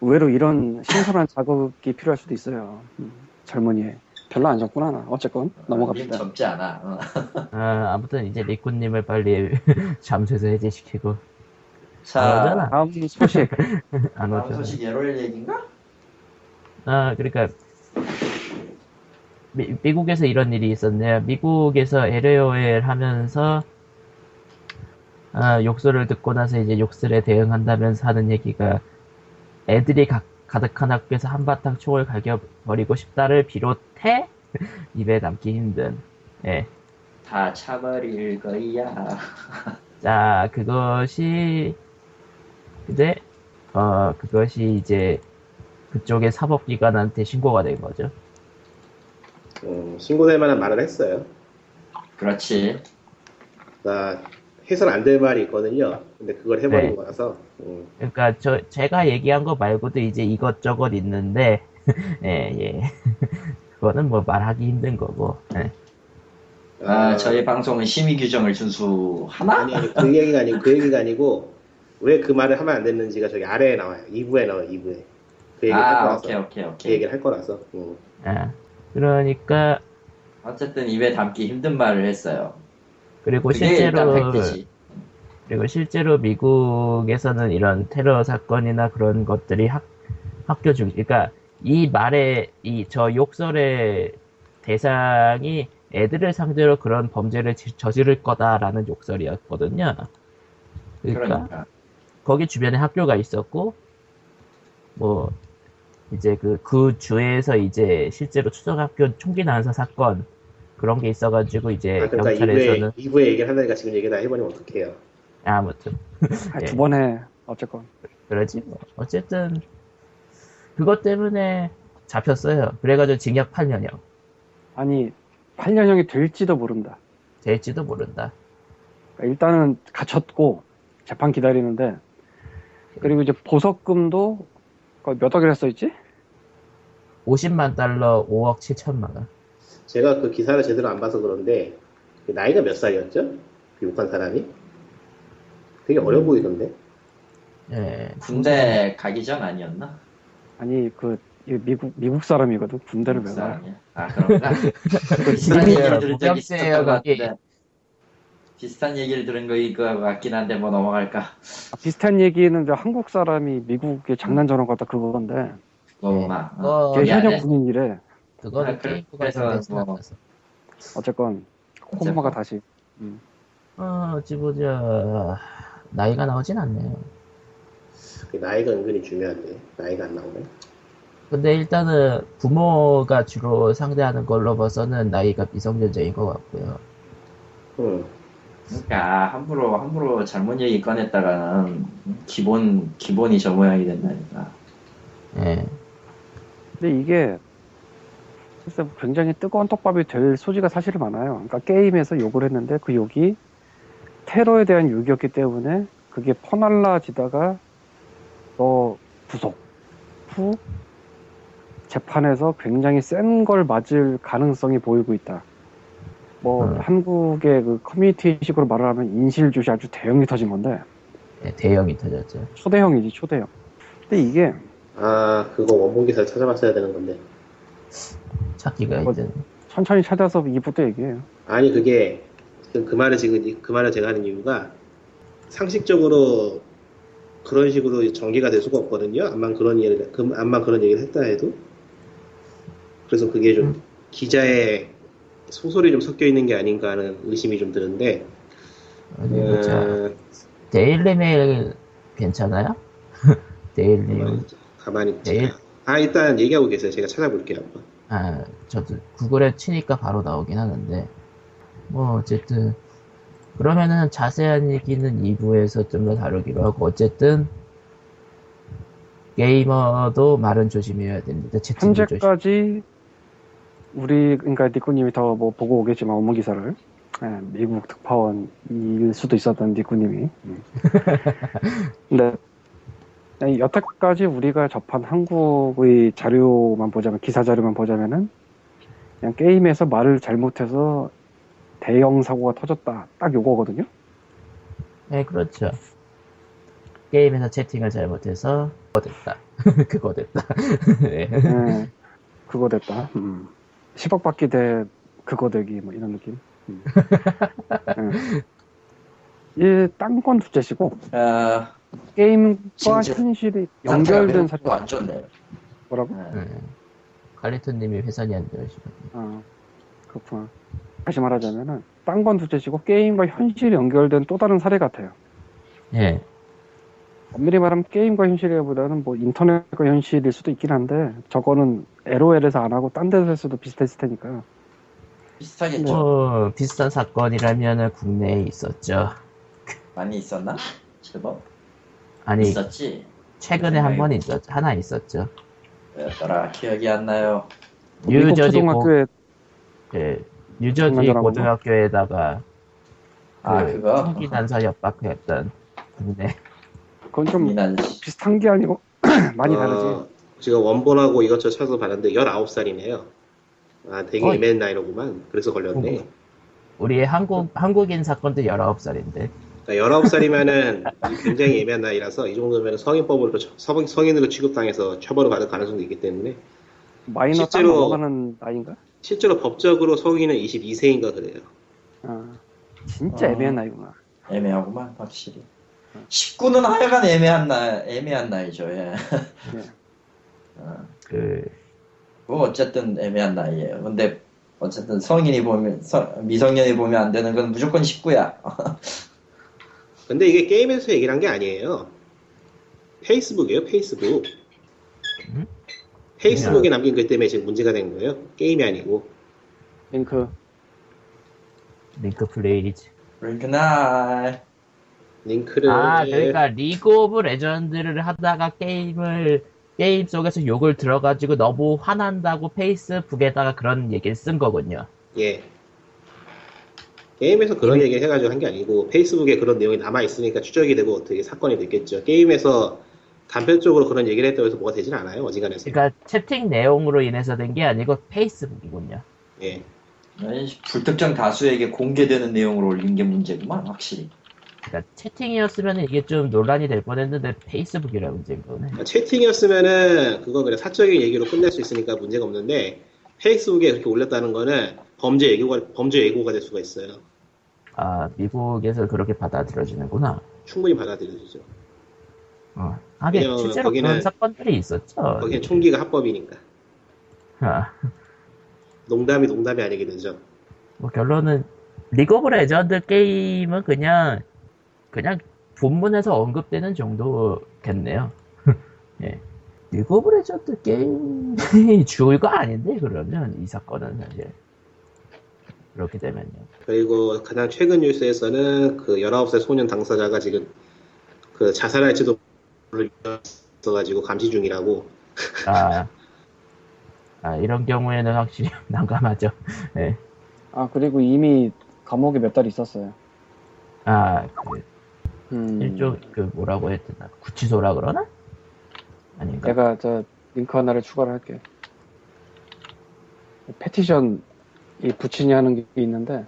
B: 의외로 이런 신선한 자극이 필요할 수도 있어요. 음, 젊은이에. 별로 안 젊구나. 어쨌건
C: 님
B: 넘어갑시다.
C: 젊지 않아 어.
A: 아, 아무튼 이제 리꾸님을 빨리 잠수해서 해제시키고
C: 자
A: 그러잖아.
B: 다음 소식.
C: 예.
A: 안
C: 다음
A: 오잖아.
C: 소식 예로일 얘기인가?
A: 아, 그러니까 미, 미국에서 이런 일이 있었네요. 미국에서 LAOL 하면서 아, 욕설을 듣고 나서 이제 욕설에 대응한다면서 하는 얘기가 애들이 가, 가득한 학교에서 한바탕 총을 갈겨 버리고 싶다를 비롯해 입에 담기 힘든. 예.
C: 다 차버릴 거야
A: 자, 그것이 근데 어 그것이 이제 그쪽의 사법기관한테 신고가 된 거죠.
D: 어, 신고될 만한 말을 했어요.
C: 그렇지
D: 나 해선 안 될 말이 있거든요. 근데 그걸 해버린
A: 네.
D: 거라서 음,
A: 그러니까 저 제가 얘기한 거 말고도 이제 이것저것 있는데 예 예. 그거는 뭐 말하기 힘든 거고. 예.
C: 아 저희 방송은 심의 규정을 준수하나?
D: 아니 아니 그 얘기가 아니고 그 얘기가 아니고 왜 그 말을 하면 안 됐는지가 저기 아래에 나와요. 2부에 나와요. 2부에 그 얘기를 할
C: 아
D: 거라서
C: 오케이 오케이
D: 그
C: 오케이
D: 얘기를 할 거라서 음.
A: 아, 그러니까
C: 어쨌든 입에 담기 힘든 말을 했어요
A: 그리고
C: 그게 일단
A: 뭐 실제로
C: 팩트지
A: 그리고 실제로 미국에서는 이런 테러 사건이나 그런 것들이 학, 학교 중, 그러니까 이 말의, 이 저 욕설의 대상이 애들을 상대로 그런 범죄를 지- 저지를 거다라는 욕설이었거든요. 그러니까
C: 그러니까
A: 거기 주변에 학교가 있었고, 뭐, 이제 그, 그 주에서 이제 실제로 추적학교 총기 난사 사건 그런 게 있어가지고 이제
D: 아, 그러니까 2부에
A: 네, 경찰에서는,
D: 2부에 얘기를 한다니까 지금 얘기를 다 해버리면 어떡해요.
A: 아무튼.
B: 아,
A: 예.
B: 두 번에 어쨌건
A: 그러지 뭐. 어쨌든 그것 때문에 잡혔어요. 그래가지고 징역 8년형
B: 아니 8년형이 될지도 모른다.
A: 될지도 모른다.
B: 그러니까 일단은 갇혔고 재판 기다리는데 그리고 이제 보석금도 그거 몇 억이라 써있지?
A: 50만 달러 5억 7천만 원.
D: 제가 그 기사를 제대로 안 봐서 그런데 그 나이가 몇 살이었죠? 그 욕한 사람이 되게 어려
A: 음.
D: 보이던데.
A: 예.
C: 군대 가기 전 아니었나?
B: 아니 그이 미국 미국 사람이거든 군대를
C: 그
B: 왜 가?
C: 사람이야. 아 그런가? 비슷한
A: 아니에요.
C: 얘기를 들은 적이 있었던
A: 무협지예요,
C: 것
A: 거기.
C: 같은데 비슷한 얘기를 들은 거 같긴 한데 뭐 넘어갈까?
B: 아, 비슷한 얘기는 저 한국 사람이 미국에 장난 전화 갔다 그건데
C: 너무 막. 어.
A: 그거
B: 걔
C: 야,
B: 현역
C: 네.
B: 군인이래.
A: 그거는
C: 아, 그래.
A: 케이크에서
C: 그래서 뭐.
B: 어쨌건 콧구마가 다시
A: 어, 어찌 보자 나이가 나오진 않네요.
D: 그 나이가 은근히 중요한데 나이가 안 나오네.
A: 근데 일단은 부모가 주로 상대하는 걸로 봐서는 나이가 미성년자인 것 같고요.
D: 음.
C: 그러니까 함부로 함부로 잘못 얘기 꺼냈다가는 기본 기본이 저 모양이 된다니까.
A: 예.
B: 근데 이게 글쎄 굉장히 뜨거운 떡밥이 될 소지가 사실 많아요. 그러니까 게임에서 욕을 했는데 그 욕이 테러에 대한 욕이었기 때문에 그게 퍼날라지다가 너 구속 후 재판에서 굉장히 센 걸 맞을 가능성이 보이고 있다. 뭐
A: 음.
B: 한국의 그 커뮤니티식으로 말을 하면 인실조시 아주 대형이 터진 건데
A: 예, 대형이 터졌죠.
B: 초대형이지 초대형. 근데 이게
D: 아 그거 원본 기사를 찾아봤어야 되는 건데.
A: 찾기가
B: 뭐,
A: 이제
B: 천천히 찾아서 이부터 얘기해요.
D: 아니 그게 지금 그 말을 지금 이- 그 말을 제가 하는 이유가 상식적으로 그런 식으로 전개가 될 수가 없거든요. 암만 그런
B: 음.
D: 얘기를 그 암만 그런 얘기를 했다 해도 그래서 그게 좀 기자의 소설이 좀 섞여 있는 게 아닌가 하는 의심이 좀 드는데
A: 어디
B: 네, 그렇죠.
A: 보자.
D: 어,
A: 그렇죠. 데일리 메일 괜찮아요?
D: 가만히
A: 데일리
D: 있자. 가만히 있자.
B: 네.
A: 내일?
D: 아 일단 얘기하고 계세요. 제가 찾아볼게요 한번.
A: 아 저도 구글에 치니까 바로 나오긴 하는데 뭐 어쨌든 그러면은 자세한 얘기는 2부에서 좀 더 다루기로 하고 어쨌든 게이머도 말은 조심해야 됩니다. 채팅도 조심.
B: 현재까지 우리 그러니까 니꾸님이 더 뭐 보고 오겠지만 업무 기사를 예, 미국 특파원일 수도 있었던 니꾸님이. 음. 근데 아니, 여태까지 우리가 접한 한국의 자료만 보자면 기사 자료만 보자면은 그냥 게임에서 말을 잘못해서 대형 사고가 터졌다 딱 요거거든요.
A: 네, 그렇죠. 게임에서 채팅을 잘못해서 그거 됐다. 그거 됐다. 네.
B: 예, 그거 됐다. 음. 10억 받기 대 그거 되기 뭐 이런 느낌. 음. 예. 딴건 둘째시고
C: 어,
D: 아,
B: 게임과
C: 진짜.
B: 현실이
C: 상태가
B: 연결된 사실
C: 별로 안 좋네요.
B: 뭐라고?
C: 네.
A: 음. 갈리토님이 회선이 안 되시거든요.
B: 아, 그렇구나. 다시 말하자면은 딴건 둘째시고 게임과 현실이 연결된 또 다른 사례 같아요.
A: 예,
B: 엄밀히 말하면 게임과 현실이라보다는 뭐 인터넷과 현실일 수도 있긴 한데 저거는 LOL에서 안 하고 딴 데서 했어도 비슷했을 테니까요.
C: 비슷하겠죠?
A: 뭐 비슷한 사건이라면 국내에 있었죠.
C: 많이 있었나? 제법?
A: 아니
C: 있었지?
A: 최근에 한 번 있었 하나 있었죠.
C: 뭐였더라? 기억이 안 나요.
B: 미국
A: 유저지 고,
B: 초등학교에
A: 예, 유저지
B: 장난감하고?
A: 고등학교에다가
C: 아,
A: 그
C: 그거?
A: 총기 난사 협박했던 국내
B: 그건 좀
C: 이난 씨.
B: 비슷한 게 아니고 많이
D: 어,
B: 다르지.
D: 제가 원본하고 이것저것 찾아서 봤는데 19살이네요. 아 되게
A: 어이.
D: 애매한 나이로구만. 그래서 걸렸네.
A: 우리의 한국 한국인 사건도 19살인데
D: 그러니까 19살이면은 굉장히 애매한 나이라서 이 정도면 성인법으로 처- 성- 성인으로 취급당해서 처벌을 받을 가능성도 있기 때문에
B: 마이너 딱
D: 실제로-
B: 넘어가는 나이인가?
D: 실제로 법적으로 성인은 22세인가 그래요.
B: 아, 진짜
C: 어.
B: 애매한 나이구나.
C: 애매하구만, 확실히. 19는 하여간 애매한 나 애매한 나이죠, 예.
A: 그
C: 뭐 어쨌든 애매한 나이예요. 근데 어쨌든 성인이 보면 서- 미성년이 보면 안 되는 건 무조건 19야. 어,
D: 근데 이게 게임에서 얘기를 한 게 아니에요. 페이스북이에요, 페이스북.
A: 음? 네,
D: 페이스북에
A: 아.
D: 남긴 글 때문에 지금 문제가 된 거예요. 게임이 아니고.
B: 링크
A: 링크 플레이즈.
C: 링크나이
D: 링크를.
A: 아, 그러니까 리그 오브 레전드를 하다가 게임을 게임 속에서 욕을 들어가지고 너무 화난다고 페이스북에다가 그런 얘기를 쓴 거군요.
D: 예. 게임에서
A: 음.
D: 그런 얘기 해가지고 한 게 아니고 페이스북에 그런 내용이 남아 있으니까 추적이 되고 어떻게 사건이 됐겠죠. 게임에서 단편적으로 그런 얘기를 했다고 해서 뭐가 되진 않아요. 어지간해서.
A: 그러니까 채팅 내용으로 인해서 된 게 아니고 페이스북이군요.
D: 예.
C: 아이씨, 불특정 다수에게 공개되는 내용을 올린 게 문제구만, 확실히.
A: 그러니까 채팅이었으면 이게 좀 논란이 될 뻔했는데 페이스북이라 문제인 거네.
D: 그러니까 채팅이었으면은 그건 그냥 사적인 얘기로 끝낼 수 있으니까 문제가 없는데 페이스북에 그렇게 올렸다는 거는 범죄 예고가 범죄 예고가 될 수가 있어요.
A: 아 미국에서 그렇게 받아들여지는구나.
D: 충분히 받아들여지죠.
A: 어. 하긴
D: 왜냐면
A: 실제로
D: 거기는-
A: 그런 사건들이 있었죠.
D: 거기는 총기가 합법이니까
A: 아,
D: 농담이 농담이 아니게 되죠.
A: 뭐 결론은 리그 오브 레전드 게임은 그냥 그냥 본문에서 언급되는 정도겠네요. 예. 리그 오브 레전드 게임이 주의가 아닌데 그러면 이 사건은 사실 그렇게 되면요.
D: 그리고 가장 최근 뉴스에서는 그 19살 소년 당사자가 지금 그 자살할지도 모를 위험이 있어가지고 감시 중이라고
A: 아, 아, 이런 경우에는 확실히 난감하죠.
B: 아 그리고 이미 감옥에 몇 달 있었어요.
A: 아, 그
B: 음,
A: 일종 그 뭐라고 해야 되나 구치소라 그러나? 아닌가?
B: 내가 저 링크 하나를 추가를 할게. 패티션 이 부친이 하는 게 있는데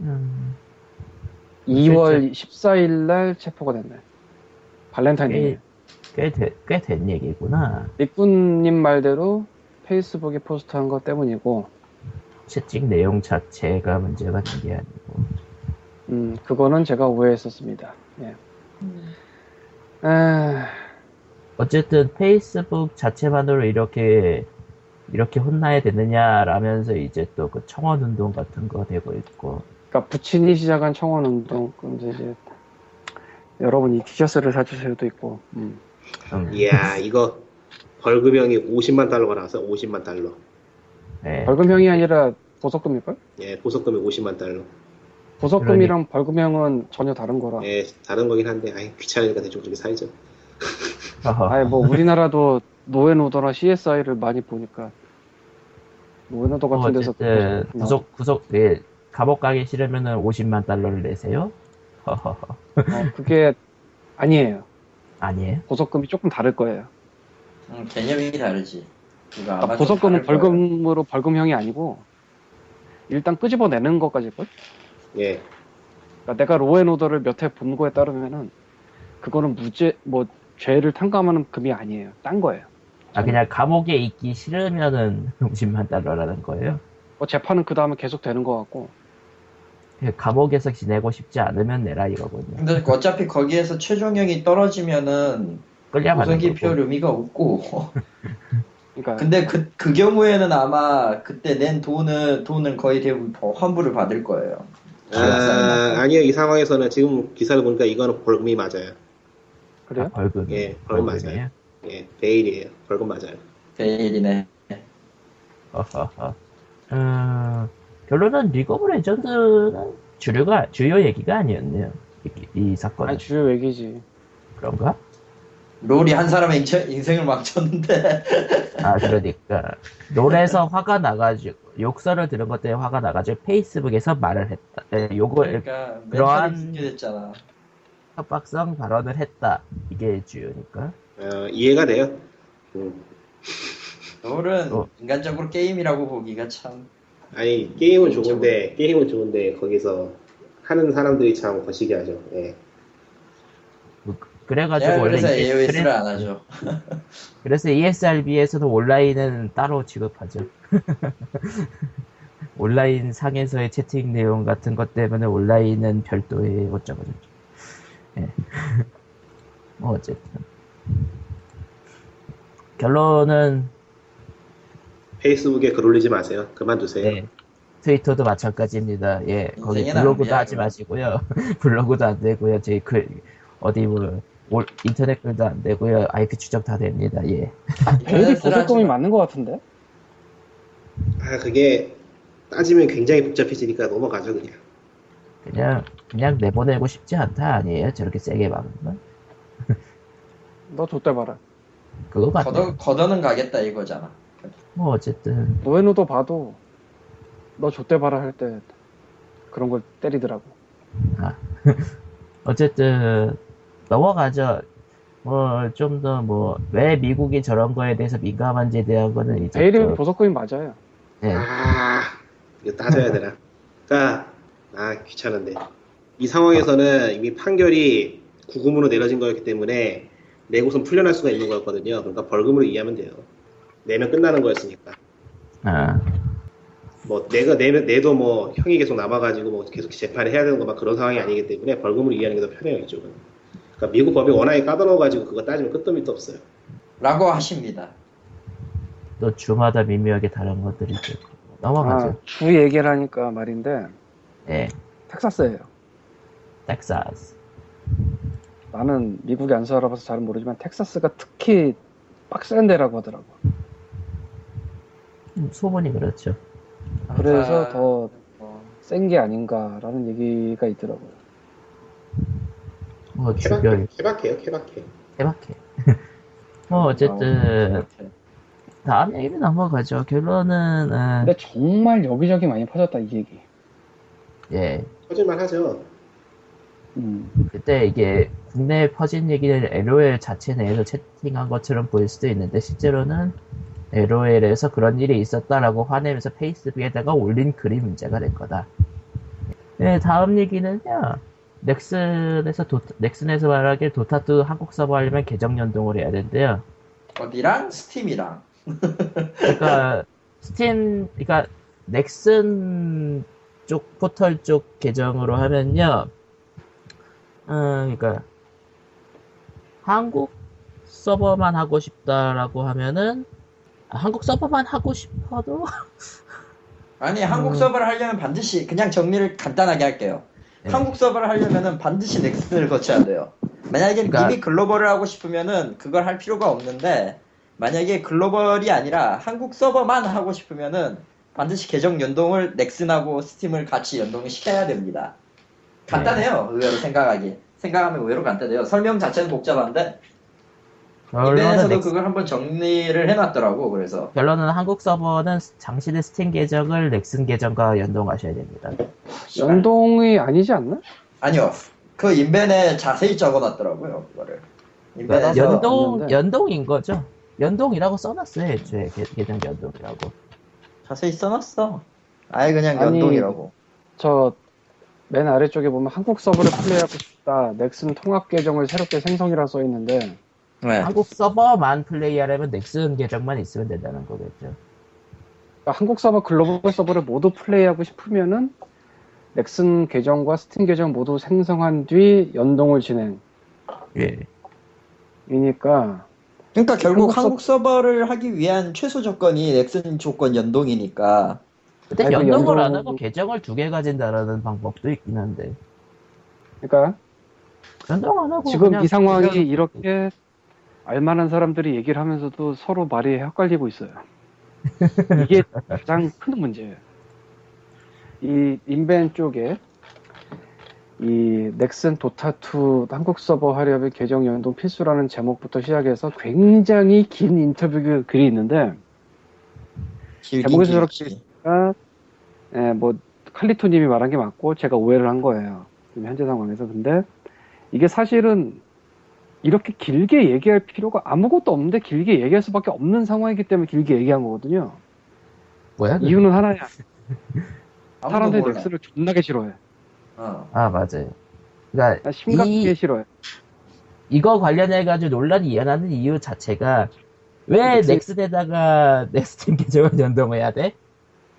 A: 음,
B: 2월 14일 날 체포가 됐네. 발렌타인데이.
A: 예. 꽤된 얘기구나.
B: 니꾸님 말대로 페이스북에 포스트한 것 때문이고,
A: 채찍 내용 자체가 문제가 된 게 아니고.
B: 음 그거는 제가 오해했었습니다. 예. 아,
A: 어쨌든 페이스북 자체만으로 이렇게 이렇게 혼나야 되느냐라면서 이제 또 그 청원 운동 같은 거 되고 있고
B: 그러니까 부친이 시작한 청원 운동 근데 이제 여러분 이 티셔츠를 사주세요도 있고 음.
A: 음,
D: 이야 이거 벌금형이 50만 달러가 나왔어 50만 달러
A: 네.
B: 벌금형이 아니라 보석금일걸?
D: 예 보석금이 50만 달러
B: 보석금이랑 벌금형은 전혀 다른 거라.
C: 네.
D: 예 다른 거긴 한데 아이 귀찮으니까 대충 그렇게 살죠
A: 어허.
B: 아니 뭐 우리나라도 노예노도나 CSI를 많이 보니까 노예노도
A: 뭐
B: 같은 데서
A: 어쨌든
B: 나오-
A: 구속 구속 예, 감옥 가기 싫으면은 50만 달러를 내세요? 허허허.
B: 어, 그게 아니에요.
A: 아니에요.
B: 보석금이 조금 다를 거예요.
C: 음, 개념이 다르지. 이거 아마
B: 그러니까
C: 좀
B: 보석금은
C: 다를 거예요.
B: 벌금으로 벌금형이 아니고 일단 끄집어내는 것까지 걸.
D: 예
B: 그러니까 내가 로앤오더를 몇 회 본 거에 따르면은 그거는 무죄 뭐 죄를 탕감하는 금이 아니에요. 딴 거예요.
A: 아 그냥 감옥에 있기 싫으면은 50만 달러라는 거예요.
B: 뭐 재판은 그 다음에 계속 되는 것 같고
A: 그 감옥에서 지내고 싶지 않으면 내라 이거군요.
C: 근데 어차피 거기에서 최종형이 떨어지면은
A: 끌려가는
C: 보석이 별
A: 거고.
C: 의미가 없고.
B: 그러니까
C: 근데 그, 그 경우에는 아마 그때 낸 돈은, 돈은 거의 대부분 더 환불을 받을 거예요.
D: 아, 아니요 이 상황에서는 지금 기사를 보니까 이거는 벌금이 맞아요
A: 아,
B: 그래요?
A: 벌금.
D: 예, 벌금 맞아요.
A: 벌금이에요?
D: 예 베일이에요 벌금 맞아요
C: 베일이네.
A: 어허허. 음, 결론은 리그 오브 레전드는 주류가 주요 얘기가 아니었네요. 이, 이 사건은
B: 아니 주요 얘기지.
A: 그런가?
C: 롤이 한 사람의 인체- 인생을 망쳤는데.
A: 아 그러니까 롤에서 화가 나가지고 욕설을 들은 것 때문에 화가 나가지고 페이스북에서 말을 했다. 예, 욕을
C: 그러니까
A: 그러한-
C: 멘탈이 붕괴됐잖아.
A: 협박성 발언을 했다. 이게 주요니까.
D: 어, 이해가 돼요 음.
C: 롤은
A: 어.
C: 인간적으로 게임이라고 보기가 참.
D: 아니 게임은 좋은데 게임은 좋은데 거기서 하는 사람들이 참 거시기 하죠 예.
A: 뭐, 그래가지고
C: 제가
A: 원래
C: 네, 그래서
A: 이제
C: AOS를
A: 그래,
C: 안 하죠.
A: 그래서 ESRB에서도 온라인은 따로 취급하죠. 온라인 상에서의 채팅 내용 같은 것 때문에 온라인은 별도의 어쩌고 저쩌고. 예. 뭐 어쨌든 결론은
D: 페이스북에 글 올리지 마세요 그만두세요
A: 네. 트위터도 마찬가지입니다. 예, 거기
C: 인생의
A: 블로그도
C: 낭비야,
A: 하지
C: 그럼.
A: 마시고요. 블로그도 안 되고요. 저희 글 어디 뭐 올- 인터넷 글도 안 되고요. IP 추적 다 됩니다. 예.
B: 베일이
C: 인터넷을 하지
B: 보석금이 맞는 것 같은데?
D: 아 그게 따지면 굉장히 복잡해지니까 넘어가죠 그냥
A: 그냥 그냥 내보내고 싶지 않다 아니에요? 저렇게 세게 막으면
B: 너 좆대 봐라.
A: 그거 같아.
C: 걷어, 걷어는 가겠다 이거잖아.
A: 뭐 어쨌든
B: 노예노도 봐도 너 좆대 봐라 할 때 그런 걸 때리더라고.
A: 어쨌든 넘어가죠. 뭐 좀 더 뭐 왜 미국이 저런 거에 대해서 민감한지에 대한 거는 이제
B: 베일이
A: 또-
B: 보석금이 맞아요.
A: 예.
D: 아 이거 따져야 되나 그러니까 아 귀찮은데 이 상황에서는 이미 판결이 구금으로 내려진 거였기 때문에 내곳은 풀려날 수가 있는 거였거든요 그러니까 벌금으로 이해하면 돼요 내면 끝나는 거였으니까
A: 아.
D: 뭐 내가 내, 내도 뭐 형이 계속 남아가지고 뭐 계속 재판을 해야 되는 거 막 그런 상황이 아니기 때문에 벌금으로 이해하는 게 더 편해요 이쪽은. 그러니까 미국 법이 워낙에 까다로워가지고 그거 따지면 끝도 밑도 없어요.
C: 라고 하십니다.
A: 또 주마다 미묘하게 다른 것들이 있죠. 넘어가죠.
B: 아, 주 얘기를 하니까 말인데
A: 예.
B: 텍사스예요.
A: 텍사스.
B: 나는 미국에 안 살아봐서 잘 모르지만 텍사스가 특히 빡센 데라고 하더라고.
A: 음, 소문이 그렇죠.
B: 그래서
C: 아,
B: 더 센 게
C: 뭐,
B: 아닌가라는 얘기가 있더라고요.
A: 뭐 주변
D: 케바케, 케바케요, 케바케.
A: 대박해. 뭐 어쨌든
C: 그렇게.
A: 다음 얘기로 넘어가죠. 결론은 어,
B: 근데 정말 여기저기 많이 퍼졌다 이 얘기.
A: 예
D: 터질만 하죠.
B: 음.
A: 그때 이게 국내에 퍼진 얘기를 LOL 자체 내에서 채팅한 것처럼 보일 수도 있는데 실제로는 LOL에서 그런 일이 있었다라고 화내면서 페이스북에다가 올린 글이 문제가 될 거다. 네, 다음 얘기는요. 넥슨에서 도, 넥슨에서 말하길 도타2 한국 서버 하려면 계정 연동을 해야 된대요.
C: 어디랑 스팀이랑
A: 그러니까 스팀, 그러니까 넥슨 쪽 포털 쪽 계정으로 하면요, 음, 그러니까 한국 서버만 하고 싶다라고 하면은 아, 한국 서버만 하고 싶어도
C: 아니
A: 음.
C: 한국 서버를 하려면 반드시 그냥 정리를 간단하게 할게요.
A: 네.
C: 한국 서버를 하려면은 반드시 넥슨을 거쳐야 돼요. 만약에
A: 그러니까-
C: 이미 글로벌을 하고 싶으면은 그걸 할 필요가 없는데 만약에 글로벌이 아니라 한국 서버만 하고 싶으면은 반드시 계정 연동을 넥슨하고 스팀을 같이 연동시켜야 됩니다. 간단해요.
A: 네.
C: 의외로 생각하기. 생각하면 의외로 간단해요. 설명 자체는 복잡한데
A: 결론은,
C: 이벤에서도
A: 넥-
C: 그걸 한번 정리를 해놨더라고. 그래서
A: 네, 결론은 한국 서버는 당신의 스팀 계정을 넥슨 계정과 연동하셔야 됩니다.
B: 연동이 아니지 않나?
C: 아니요. 그 인벤에 자세히 적어놨더라고요, 그거를. 인벤에서.
A: 그러니까 연동
B: 봤는데.
A: 연동인 거죠. 연동이라고 써놨어요 애초에 계- 계정 연동이라고.
C: 자세히 써놨어. 아예 그냥
B: 아니,
C: 연동이라고.
B: 저 맨 아래쪽에 보면 한국 서버를 플레이하고 싶다. 넥슨 통합 계정을 새롭게 생성이라 써 있는데
C: 네.
B: 그러니까
A: 한국 서버만 플레이하려면 넥슨 계정만 있으면 된다는 거겠죠.
B: 그러니까 한국 서버 글로벌 서버를 모두 플레이하고 싶으면은 넥슨 계정과 스팀 계정 모두 생성한 뒤 연동을
A: 예.
B: 진행이니까
C: 그러니까 결국
B: 한국 서-
C: 한국 서버를 하기 위한 최소 조건이 넥슨 조건 연동이니까.
A: 근데
B: 아니, 그
A: 연동을
B: 연동-
A: 안 하고 계정을 두 개 가진다라는 방법도 있긴 한데
B: 그러니까
A: 연동 안 하고
B: 지금
A: 그냥
B: 이 상황이
A: 계정-
B: 이렇게 알만한 사람들이 얘기를 하면서도 서로 말이 헷갈리고 있어요. 이게 가장 큰 문제예요. 이 인벤 쪽에 이 넥슨 도타2 한국 서버 화력의 계정 연동 필수라는 제목부터 시작해서 굉장히 긴 인터뷰 그 글이 있는데
C: 길긴
B: 제목에서
C: 길지.
B: 아, 예, 뭐 칼리토님이 말한 게 맞고 제가 오해를 한 거예요. 지금 현재 상황에서 근데 이게 사실은 이렇게 길게 얘기할 필요가 아무것도 없는데 길게 얘기할 수밖에 없는 상황이기 때문에 길게 얘기한 거거든요.
A: 뭐야? 그게?
B: 이유는 하나야.
C: 네. 아무도
B: 사람들이
C: 몰라.
B: 넥슨을 존나게 싫어해.
C: 어.
A: 아 맞아요. 그러니까
B: 아, 심각하게
A: 이-
B: 싫어해.
A: 이거 관련해 가지고 논란이 일어나는 이유 자체가 왜
B: 넥슨-
A: 넥슨에다가 넥슨 계정을 연동해야 돼?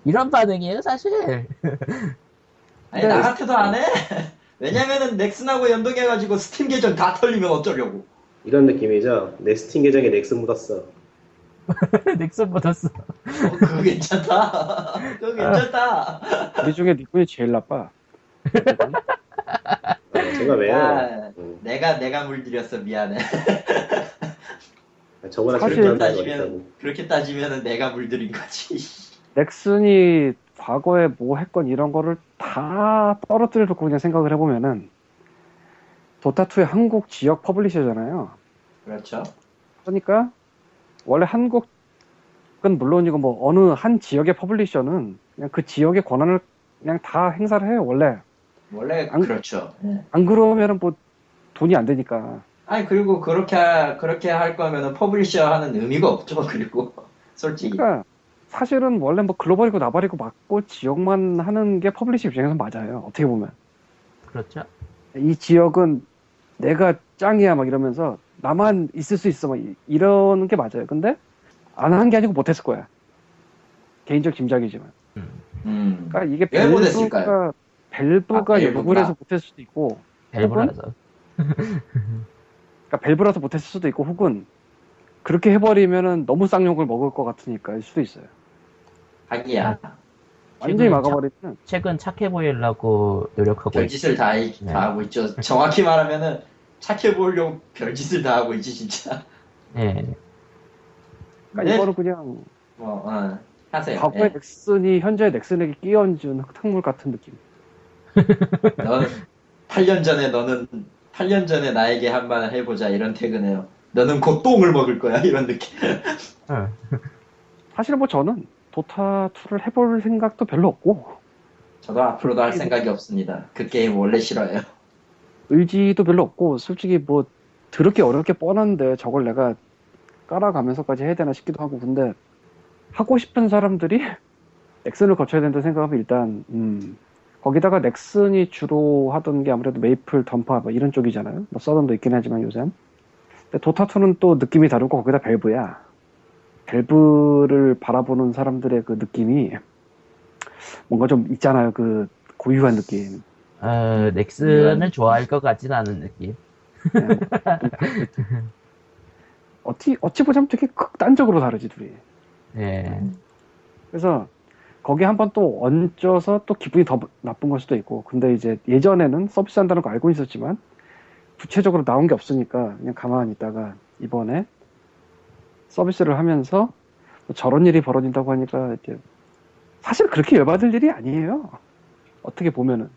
A: 이런 반응이에요 사실.
C: 아니 나 같아도 안 해. 왜냐면은 넥슨하고 연동해가지고 스팀 계정 다 털리면 어쩌려고.
D: 이런 느낌이죠. 내 스팀 계정에 넥슨 묻었어.
A: 넥슨 받았어.
C: 어, 그거 괜찮다. 그거 괜찮다.
B: 우리 중에 니꾼이 제일 나빠. 어쨌든.
D: 아, 제가 왜요?
C: 아.
D: 음,
C: 내가 내가 물들였어 미안해.
D: 아, 저거나
B: 사실
D: 저렇게 한다는 거 있다고.
C: 따지면 그렇게 따지면은 내가 물들인 거지.
B: 넥슨이 과거에 뭐 했건 이런 거를 다 떨어뜨려 놓고 그냥 생각을 해보면은 도타2의 한국 지역 퍼블리셔잖아요.
C: 그렇죠.
B: 그러니까 원래 한국은 물론이고 뭐 어느 한 지역의 퍼블리셔는 그냥 그 지역의 권한을 그냥 다 행사를 해요 원래
C: 원래
B: 안-
C: 그렇죠. 예.
B: 안 그러면은 뭐 돈이 안 되니까
C: 아니 그리고 그렇게 하- 그렇게 할 거면은 퍼블리셔 하는 의미가 없죠. 그리고 솔직히
B: 그러니까 사실은 원래 뭐 글로벌이고 나발이고 맞고 지역만 하는 게 퍼블리셔 입장에서 맞아요 어떻게 보면
A: 그렇죠.
B: 이 지역은 내가 짱이야 막 이러면서 나만 있을 수 있어 막 이- 이러는 게 맞아요 근데 안 한 게 아니고 못했을 거야 개인적 짐작이지만
C: 음.
B: 그러니까 이게
C: 왜 못했을까요?
B: 벨브가 벨브가
C: 아, 벨브구나.
B: 요구를해서 못했을 수도 있고,
A: 벨브라서.
B: 그러니까 벨브라서 못했을 수도 있고, 혹은 그렇게 해버리면은 너무 쌍욕을 먹을 것 같으니까 일 수도 있어요.
C: 하기야
B: 그러니까 완전히
A: 지금
B: 막아버리면
A: 최근 착해 보이려고 노력하고 있-
C: 별짓을 다, 이-
A: 네.
C: 다 하고 있죠. 정확히 말하면은 착해 보이려고 별짓을 다 하고 있지 진짜.
A: 예.
B: 그러니까
C: 네.
B: 이거는 그냥
C: 뭐 어, 하세요.
B: 과거의
C: 예.
B: 넥슨이 현재 넥슨에게 끼얹은 흙탕물 같은 느낌.
C: 너는 8년 전에 너는 8년 전에 나에게 한번 해보자 이런 퇴근해요. 너는 곧 똥을 먹을 거야 이런 느낌.
A: 어.
B: 사실 뭐 저는 도타 2를 해볼 생각도 별로 없고
C: 저도 앞으로도 할 생각이 없습니다. 그 게임 원래 싫어요.
B: 의지도 별로 없고 솔직히 뭐 드럽게 어렵게 뻔한데 저걸 내가 깔아가면서까지 해야 되나 싶기도 하고 근데 하고 싶은 사람들이 넥슨을 거쳐야 된다 생각하면 일단 음, 거기다가 넥슨이 주로 하던 게 아무래도 메이플 던파 뭐 이런 쪽이잖아요 뭐 서던도 있긴 하지만 요새는 근데 도타2는 또 느낌이 다르고 거기다 밸브야 밸브를 바라보는 사람들의 그 느낌이 뭔가 좀 있잖아요 그 고유한 느낌
A: 어, 넥슨을
B: 음.
A: 좋아할 것 같진 않은 느낌.
B: 어찌, 어찌 보자면 되게 극단적으로 다르지, 둘이.
A: 예.
B: 그래서 거기 한 번 또 얹어서 또 기분이 더 나쁜 걸 수도 있고 근데 이제 예전에는 서비스 한다는 거 알고 있었지만 구체적으로 나온 게 없으니까 그냥 가만히 있다가 이번에 서비스를 하면서 뭐 저런 일이 벌어진다고 하니까 이제 사실 그렇게 열받을 일이 아니에요 어떻게 보면은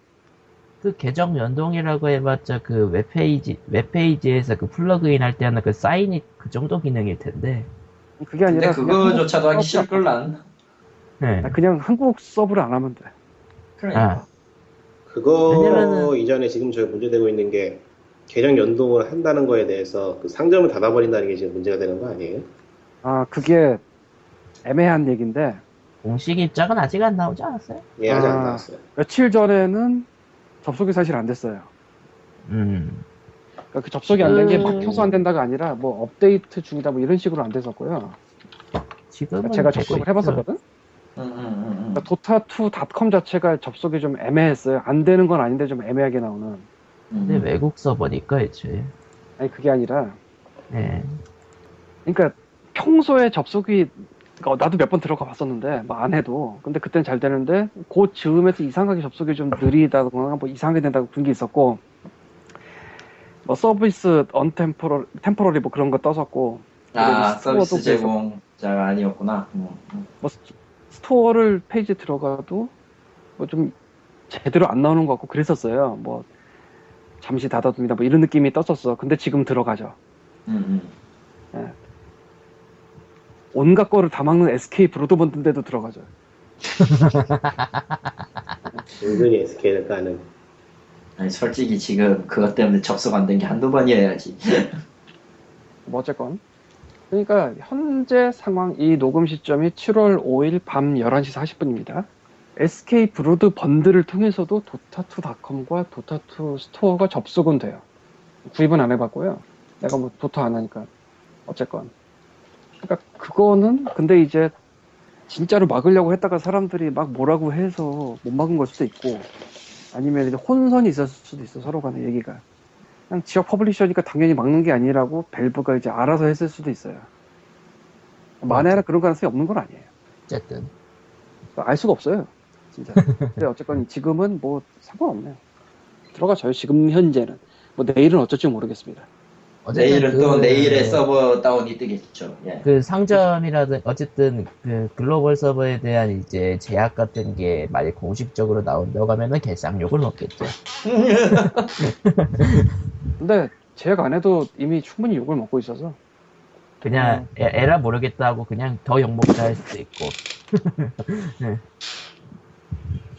A: 그 계정 연동이라고 해봤자 그 웹페이지, 웹페이지에서 그 플러그인 할 때 하는 그 사인이 그 정도 기능일 텐데.
C: 근데
B: 그게 아니라 그냥
C: 그거조차도 하기
B: 한국
C: 싫을 걸 난.
A: 예.
B: 서브- 그냥 한국 서브를 안 하면 돼 아.
A: 아,
C: 그러니까.
D: 그거
A: 왜냐면은-
D: 이전에 지금 저희 문제되고 있는 게 계정 연동을 한다는 거에 대해서 그 상점을 닫아버린다는 게 지금 문제가 되는 거 아니에요?
B: 아 그게 애매한 얘기인데
A: 공식 입장은 아직 안 나오지 않았어요?
D: 예, 아직
B: 아.
D: 안 나왔어요.
B: 며칠 전에는 접속이 사실 안 됐어요.
A: 음.
B: 그러니까 그 접속이 안 된 게
A: 음.
B: 막혀서 안 된다가 아니라 뭐 업데이트 중이다 뭐 이런 식으로 안 됐었고요. 그러니까
A: 지금은
B: 제가
A: 되고
B: 접속을
A: 있죠.
B: 해봤었거든.
C: 음, 음, 음, 음.
B: 그러니까 도타2.com 자체가 접속이 좀 애매했어요. 안 되는 건 아닌데 좀 애매하게 나오는.
A: 근데
C: 음.
A: 외국 서버니까 애초에.
B: 아니 그게 아니라,
A: 예.
B: 그러니까 평소에 접속이 그러니까 나도 몇 번 들어가 봤었는데 뭐 안 해도 근데 그땐 잘 되는데 그 즈음에서 이상하게 접속이 좀 느리다거나 뭐 이상하게 된다고 그런 게 있었고 뭐 서비스 언템포러 템포러리 뭐 그런 거 떴었고
C: 아
B: 그래도
C: 서비스
B: 스토어도
C: 제공자가 아니었구나. 음, 음.
B: 뭐 스- 스토어를 페이지 들어가도 뭐 좀 제대로 안 나오는 것 같고 그랬었어요. 뭐 잠시 닫아둡니다. 뭐 이런 느낌이 떴었어. 근데 지금 들어가죠.
C: 음, 음.
B: 온갖 거를 다 막는 SK 브로드밴드인데도 들어가죠.
D: 은근히 SK를 까는.
C: 아니 솔직히 지금 그것 때문에 접속 안 된 게 한두 번이어야지.
B: 뭐 어쨌건. 그러니까 현재 상황 이 녹음 시점이 7월 5일 밤 11시 40분입니다. SK 브로드 번들을 통해서도 도타2.com과 도타2 스토어가 접속은 돼요. 구입은 안 해봤고요. 내가 뭐 도타 안 하니까 어쨌건. 그러니까 그거는 근데 이제 진짜로 막으려고 했다가 사람들이 막 뭐라고 해서 못 막은 걸 수도 있고 아니면 이제 혼선이 있었을 수도 있어 서로 간에 얘기가. 그냥 지역 퍼블리셔니까 당연히 막는 게 아니라고 밸브가 이제 알아서 했을 수도 있어요. 만에나 그런 가능성이 없는 건 아니에요.
A: 어쨌든.
B: 알 수가 없어요. 진짜. 근데 어쨌건 지금은 뭐 상관없네요. 들어가져요. 지금 현재는. 뭐 내일은 어쩔지 모르겠습니다.
A: 어쨌든
C: 내일은 또
A: 그-
C: 내일의 서버 다운이 뜨겠죠. 예.
A: 그 상점이라든 어쨌든 그 글로벌 서버에 대한 이제 제약 같은 게 만약 공식적으로 나온다고 하면은 개쌍욕을 먹겠죠.
B: 근데 제가 안 해도 이미 충분히 욕을 먹고 있어서
A: 그냥
C: 음.
A: 에, 에라 모르겠다 하고 그냥 더 욕먹자 할 수도 있고.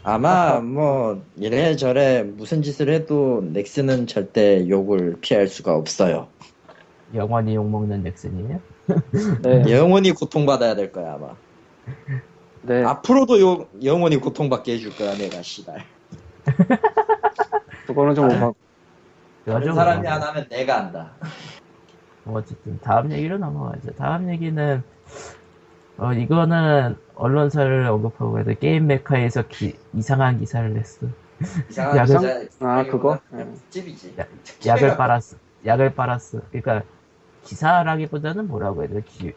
C: 아마 뭐 이래저래 무슨 짓을 해도 넥슨은 절대 욕을 피할 수가 없어요.
A: 영원히 욕먹는 넥슨이요?
B: 네,
C: 영원히 고통받아야 될 거야 아마.
B: 네.
C: 앞으로도 욕 영원히 고통받게 해줄 거야 내가 씨발.
B: 그거는 좀 오바고
C: 다른
A: 뭐.
C: 사람이 안 하면 내가 한다.
A: 어쨌든 다음 얘기로 넘어가죠. 다음 얘기는 어 이거는 언론사를 언급하고 해도 게임 메카에서 기- 이상한 기사를 냈어.
C: 이상한
A: 야,
C: 여자
B: 아 그거? 네.
C: 찝이지.
A: 야, 약을 빨았어. 약을 빨았어. 그러니까 기사라기보다는 뭐라고 해야 되나? 기,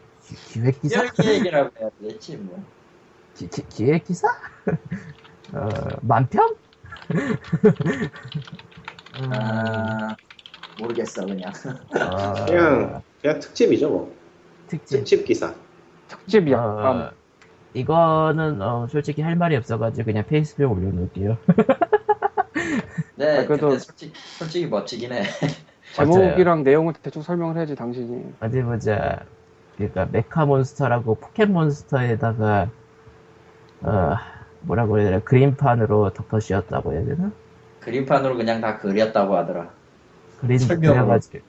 A: 획
C: 예.
A: 기사?
C: 기획이라고 해야 되겠지 뭐.
A: 기, 획 기사? 어, 만평? 음,
C: 아 모르겠어 그냥.
A: 어,
D: 그냥, 그냥 특집이죠, 뭐.
A: 특집.
C: 네.
D: 특집 기사.
B: 특집
A: 어,
B: 약간 아,
A: 이거는 어, 솔직히 할 말이 없어가지고 그냥 페이스북에 올려놓을게요.
C: 네
B: 아, 그래도-
C: 근데 솔직히 솔직히 멋지긴 해.
B: 제목이랑 내용을 대충 설명을 해야지 당신이
A: 어디 보자. 그러니까 메카몬스터라고 포켓몬스터에다가 어, 뭐라고 해야 되나 그림판으로 덮어씌웠다고 해야 되나?
C: 그림판으로 그냥 다 그렸다고 하더라.
A: 그림
C: 설명으로.
A: 그려가지고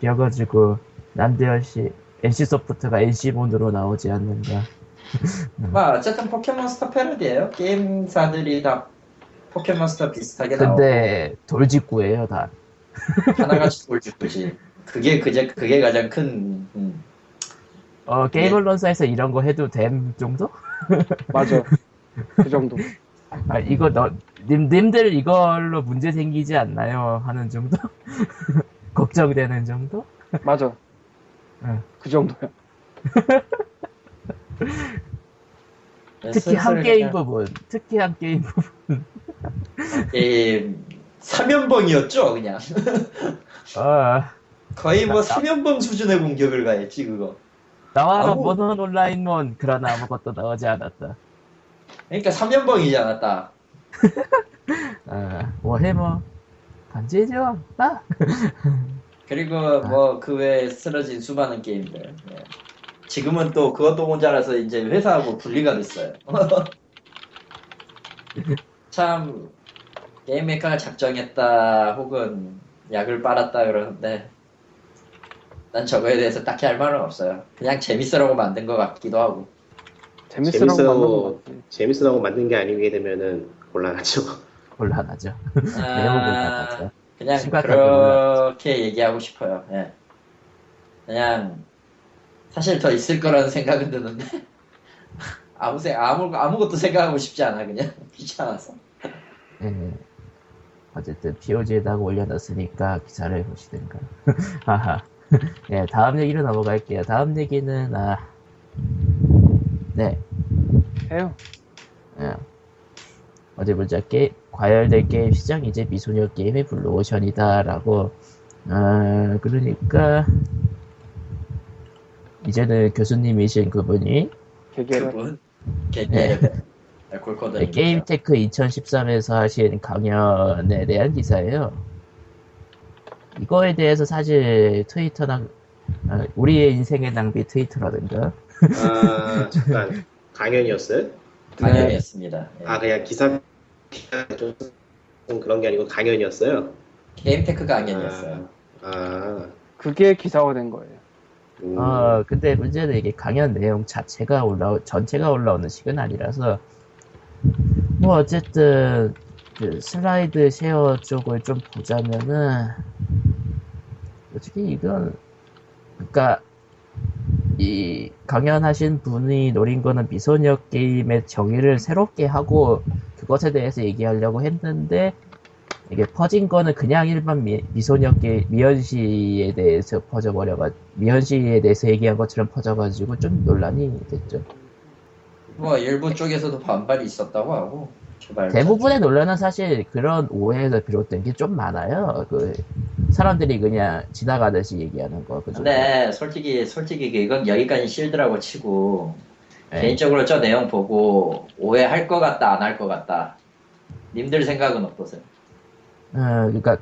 A: 그려가지고 남대현 씨 NC 소프트가 NC 본으로 나오지 않는가?
C: 아, 어쨌든 포켓몬스터 패러디예요. 게임사들이 다 포켓몬스터 비슷하게
A: 근데 돌직구예요 다.
C: 나오고 하나같이 돌직구지. 그게 그제 그게 가장 큰 음.
A: 어 게임
C: 네.
A: 언론사에서 이런 거 해도 됨 정도?
B: 맞아 그 정도
A: 아 이거 너 님, 님들 이걸로 문제 생기지 않나요? 하는 정도? 걱정되는 정도?
B: 맞아
A: 응.
B: 그 정도야
A: 특히 한
C: 슬슬
A: 게임
C: 그냥
A: 부분, 특히 한 게임 부분.
C: 게임 3연봉이었죠 그냥
A: 아,
C: 거의 뭐 3연봉 수준의 공격을 가했지 그거
A: 나와라
C: 아무-
A: 모던 온라인몬 그러나 아무것도 나오지 않았다.
C: 그러니까 3연봉이잖아 딱
A: 아, 워해머 반지죠? 아, 나 아.
C: 그리고 뭐 그 외에 쓰러진 수많은 게임들 예. 지금은 또 그것도 모자라서 이제 회사하고 분리가 됐어요 참 게임 메이커가 작정했다 혹은 약을 빨았다 그러는데 난 저거에 대해서 딱히 할 말은 없어요 그냥 재밌으라고 만든 것 같기도 하고
B: 재밌으라고
D: 재밌어.
B: 만든 것 같아.
D: 재밌으라고 만든 게 아니게 되면은 곤란하죠.
A: 곤란하죠. 내용은
C: 아,
A: 곤란하죠.
C: 그냥
A: 심각하게
C: 그렇게 얘기하고 싶어요. 예. 그냥 사실 더 있을 거라는 생각은 드는데 아무 생 아무 아무것도 생각하고 싶지 않아 그냥 귀찮아서.
A: 예. 어쨌든 POG에다가 올려놨으니까 기사를 보시든가. 하하. 예, 다음 얘기로 넘어갈게요. 다음 얘기는 아, 네,
B: 해요.
A: 예. 어디 보자. 게 과열된 게임 시장 이제 미소녀 게임의 블루오션이다라고. 아, 그러니까 이제는 교수님이신 그분이
B: 개개를
C: 그분 개개
A: 그렇죠. 네,
C: 골코드
A: 게임테크 2013에서 하신 강연에 대한 기사예요. 이거에 대해서 사실 트위터나 아, 우리의 인생의 낭비 트위터라든가
D: 아 잠깐 강연이었어요?
C: 강연이었습니다. 예.
A: 네.
D: 아 그냥 기사 좀 그런 게 아니고 강연이었어요.
C: 게임 테크 강연이었어요.
D: 아, 아
B: 그게 기사화된 거예요.
D: 음,
C: 아.
A: 어, 근데 문제는 이게 강연 내용 자체가 올라오, 전체가 올라오는 식은 아니라서, 뭐, 어쨌든, 그 슬라이드 쉐어 쪽을 좀 보자면은, 솔직히 이건, 그니까, 이 강연하신 분이 노린 거는 미소녀 게임의 정의를 새롭게 하고, 그것에 대해서 얘기하려고 했는데, 이게 퍼진 거는 그냥 일반 미, 미소녀 게 미연 씨에 대해서 퍼져버려가 미연 씨에 대해서 얘기한 것처럼 퍼져가지고 좀 논란이 됐죠.
C: 뭐 일부 쪽에서도 반발이 있었다고 하고 개발
A: 대부분의 논란은 사실 그런 오해에서 비롯된 게 좀 많아요. 그 사람들이 그냥 지나가듯이 얘기하는 거. 그죠?
C: 근데 솔직히 솔직히 이건 여기까지 실드라고 치고
A: 예.
C: 개인적으로 저 내용 보고 오해할 것 같다 안 할 것 같다 님들 생각은 어떠세요?
A: 어, 그러니까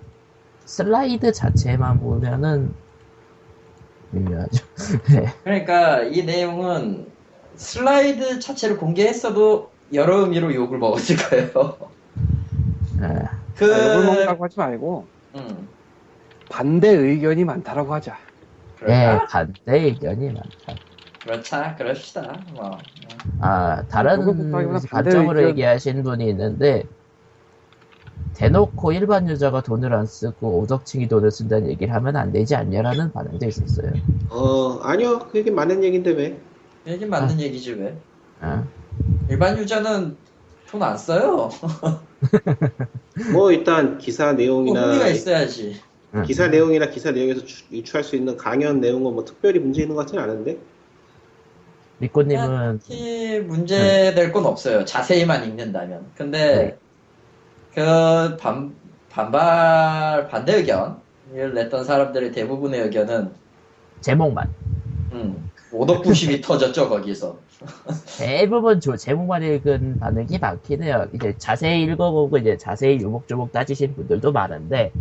A: 슬라이드 자체만 보면은 유명하죠. 네.
C: 그러니까 이 내용은 슬라이드 자체를 공개했어도 여러 의미로 욕을 먹었을 거예요
A: 아,
C: 그
B: 아, 욕을 먹는다고 하지 말고
C: 음,
B: 반대 의견이 많다라고 하자.
A: 예,
C: 그럴까?
A: 반대 의견이 많다.
C: 그렇자 그럽시다 뭐. 음.
A: 아,
B: 그것도
A: 다른
B: 하기보다
A: 관점으로
B: 반대로
A: 얘기하신 분이 있는데, 대놓고 일반 유저가 돈을 안 쓰고 오덕층이 돈을 쓴다는 얘기를 하면 안 되지 않냐라는 반응도 있었어요.
D: 어 아니요 그게 많은 얘긴데 왜?
C: 네. 얘긴 맞는 얘기지 왜
A: 아,
C: 일반 유저는 돈 안 써요
D: 뭐 일단
C: 뭐
D: 기사
C: 흥미가
D: 내용이나
C: 있어야지
D: 기사 내용이나 기사 내용에서 추- 유추할 수 있는 강연 내용은 뭐 특별히 문제 있는 것 같지는 않은데
C: 아.
A: 리코님은, 네.
C: 딱히 문제될 건 없어요. 자세히만 읽는다면.
A: 네.
C: 근데 그 반, 반발 반대 의견을 냈던 사람들의 대부분의 의견은
A: 제목만.
C: 음, 오덕부심이 터졌죠 거기서.
A: 대부분 저 제목만 읽은 반응이 많긴 해요. 이제 자세히 읽어보고 이제 자세히 요목조목 따지신 분들도 많은데,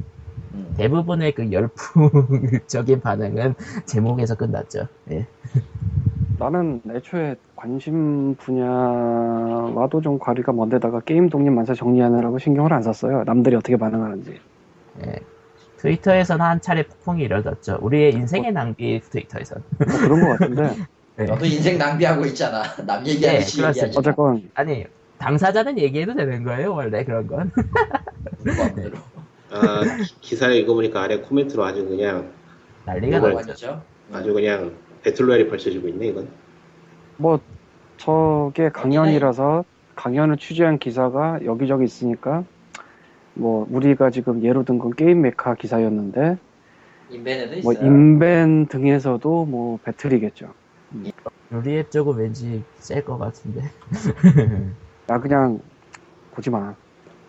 C: 음.
A: 대부분의 그 열풍적인 반응은 제목에서 끝났죠. 예.
B: 나는 애초에 관심 분야와도 좀 거리가 먼데다가 게임 독립만사 정리하느라고 신경을 안 썼어요. 남들이 어떻게 반응하는지.
A: 예. 트위터에서는 한 차례 폭풍이 일어났죠. 우리의 인생의 낭비 트위터에선.
B: 뭐 그런 것 같은데
A: 예.
C: 너도 인생 낭비하고 있잖아. 남 얘기하듯이
A: 네, 그렇습니다.
C: 얘기하지.
B: 어쨌건
A: 아니 당사자는 얘기해도 되는 거예요 원래 그런 건
C: 누구 마음대로.
D: 아, 기- 기사를 읽어보니까 아래 코멘트로 아주 그냥
A: 난리가 나죠.
D: 뭐가
C: 완전죠. 음,
D: 아주 그냥 배틀로얄이 펼쳐지고 있네 이건.
B: 뭐 저게 강연이라서 강연을 취재한 기사가 여기저기 있으니까 뭐 우리가 지금 예로 든 건 게임 메카 기사였는데
C: 인벤에도
B: 뭐
C: 있어요.
B: 인벤 등에서도 뭐 배틀이겠죠.
A: 루리앱 쪽은 왠지 셀 것 같은데.
B: 나 그냥 보지 마.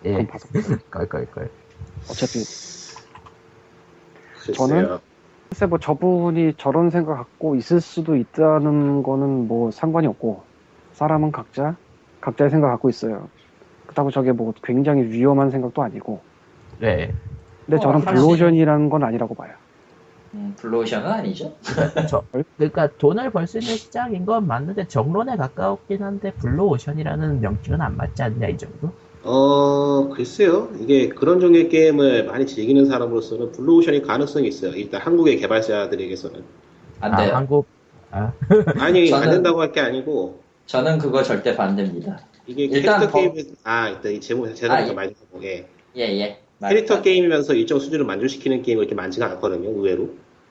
A: 예,
B: 그럼 봐서.
A: 껄껄껄.
B: 어차피
D: 글쎄요.
B: 저는? 글쎄 뭐 저분이 저런 생각 갖고 있을 수도 있다는 거는 뭐 상관이 없고 사람은 각자 각자의 생각 갖고 있어요. 그렇다고 저게 뭐 굉장히 위험한 생각도 아니고
A: 네,
B: 근데
C: 어,
B: 저런
C: 사실-
B: 블로션이라는 건 아니라고 봐요.
C: 음, 블루오션은 아니죠.
A: 그러니까 돈을 벌 수 있는 시장인 건 맞는데 정론에 가까웠긴 한데 블루오션이라는 명칭은 안 맞지 않냐 이 정도?
D: 어, 글쎄요. 이게 그런 종류의 게임을 많이 즐기는 사람으로서는 블루오션이 가능성이 있어요. 일단 한국의 개발자들에게서는.
C: 안
D: 네.
C: 돼요.
A: 아, 한국
D: 아니,
C: 저는-
D: 안 된다고 할 게 아니고,
C: 저는 그거 절대 반대입니다.
D: 이게
C: 일단
D: 캐릭터
C: 법-
D: 게임을, 아, 일단 이 제목,
C: 아,
D: 제목에서
C: 예.
D: 많이 보게.
C: 예, 예. 맞-
D: 캐릭터
C: 맞-
D: 게임이면서 일정 수준을 만족시키는 게임이 그렇게 많지가 않거든요, 의외로.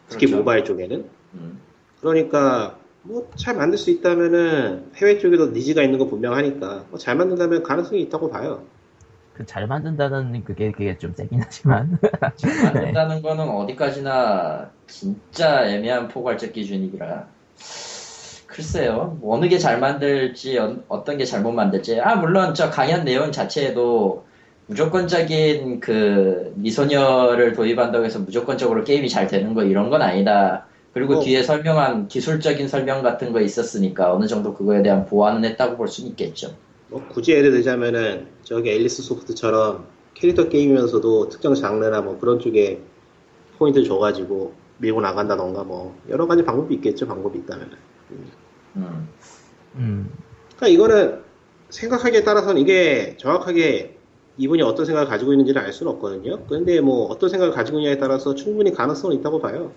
D: 특히
C: 그렇죠.
D: 모바일 쪽에는.
C: 음,
D: 그러니까, 뭐, 잘 만들 수 있다면은, 해외 쪽에도 니즈가 있는 거 분명하니까, 뭐잘 만든다면 가능성이 있다고 봐요.
A: 그 잘 만든다는 그게 그게 좀 세긴 하지만
C: 만든다는 거는 어디까지나 진짜 애매한 포괄적 기준이라. 글쎄요, 뭐 어느 게 잘 만들지, 어- 어떤 게 잘못 만들지. 아, 물론 저 강연 내용 자체에도 무조건적인 그 미소녀를 도입한다고 해서 무조건적으로 게임이 잘 되는 거 이런 건 아니다. 그리고
D: 어.
C: 뒤에 설명한 기술적인 설명 같은 거 있었으니까 어느 정도 그거에 대한 보완은 했다고 볼 수는 있겠죠.
D: 뭐 굳이 예를 들자면은 저기 앨리스 소프트처럼 캐릭터 게임이면서도 특정 장르나 뭐 그런 쪽에 포인트 줘가지고 밀고 나간다던가 뭐 여러 가지 방법이 있겠죠 방법이 있다면은
C: 음.
A: 음,
D: 그러니까 이거는 생각하기에 따라서는 이게 정확하게 이분이 어떤 생각을 가지고 있는지는 알 수는 없거든요 근데 뭐 어떤 생각을 가지고 있냐에 따라서 충분히 가능성은 있다고 봐요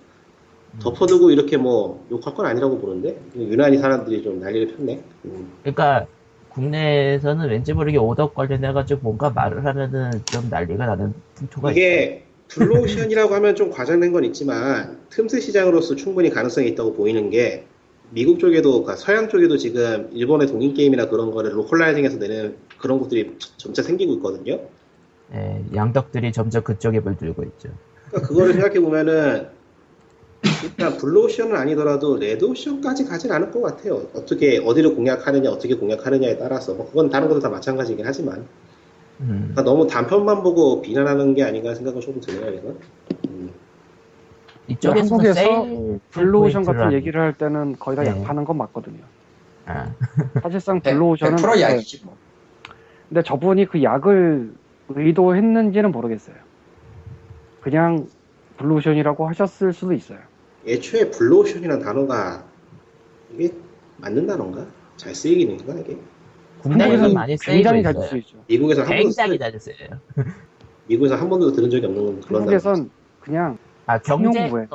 D: 덮어두고 이렇게 뭐 욕할 건 아니라고 보는데 유난히 사람들이 좀 난리를 폈네 음.
A: 그러니까 국내에서는 왠지 모르게 오덕 관련해가지고 뭔가 말을 하면은 좀 난리가 나는 풍토가 있어요.
D: 이게 블루오션이라고 하면 좀 과장된 건 있지만 틈새 시장으로서 충분히 가능성이 있다고 보이는 게 미국 쪽에도 그러니까 서양 쪽에도 지금 일본의 동인 게임이나 그런 거를 로컬라이징해서 내는 그런 것들이 점차 생기고 있거든요.
A: 예, 양덕들이 점점 그쪽에 물들고 있죠.
D: 그러니까 그거를 생각해 보면은 일단 블루오션은 아니더라도 레드오션까지 가진 않을 것 같아요. 어떻게 어디를 공략하느냐, 어떻게 공략하느냐에 따라서 뭐 그건 다른 것도 다 마찬가지긴 하지만
A: 음,
D: 그러니까 너무 단편만 보고 비난하는 게 아닌가 생각은 조금 드네요. 이건. 음.
A: 이쪽에서
B: 한국에서
A: 세일
B: 블루오션 같은
A: 포인트라는-
B: 얘기를 할 때는 거의 다
A: 네.
B: 약 파는 건 맞거든요.
A: 아,
B: 사실상
C: 100,
B: 블루오션은
C: 100%
B: 맞아요.
C: 약이지 뭐.
B: 근데 저분이 그 약을 의도했는지는 모르겠어요. 그냥 블루오션이라고 하셨을 수도 있어요.
D: 애초에 블루오션이라는 단어가 이게 맞는 단어인가? 잘 쓰이기는 건가 이게?
A: 국내에서는
B: 한국에서는
A: 많이 쓰이고
B: 굉장히 잘
A: 있어요.
B: 쓸수 있죠.
D: 미국에서 한 번도
A: 굉장히
D: 쓰-
A: 잘 쓰여요.
D: 미국에서 한 번도 들은 적이 없는 그런 단어.
B: 한국에선 그냥
A: 아 경제
B: 신용부에.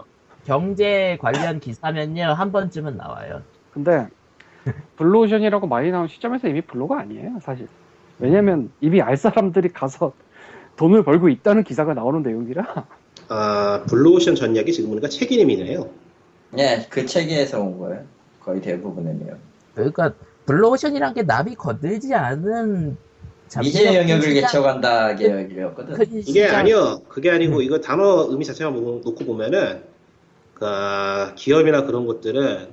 A: 경제 관련 기사면요 한 번쯤은 나와요.
B: 근데 블루오션이라고 많이 나온 시점에서 이미 블루가 아니에요 사실. 왜냐면 이미 알 사람들이 가서 돈을 벌고 있다는 기사가 나오는 내용이라
D: 아 블루오션 전략이 지금 보니까 책 이름이네요.
C: 예, 그 체계에서 온 거예요. 거의 대부분의 내용.
A: 그러니까 블루오션이란 게 남이 건들지 않은
C: 미제 영역을
A: 쳐
C: 개척한다
B: 그
C: 계열이었거든.
D: 이게 아니요, 그게 아니고 이거 단어 의미 자체만 보고- 놓고 보면은 그 기업이나 그런 것들은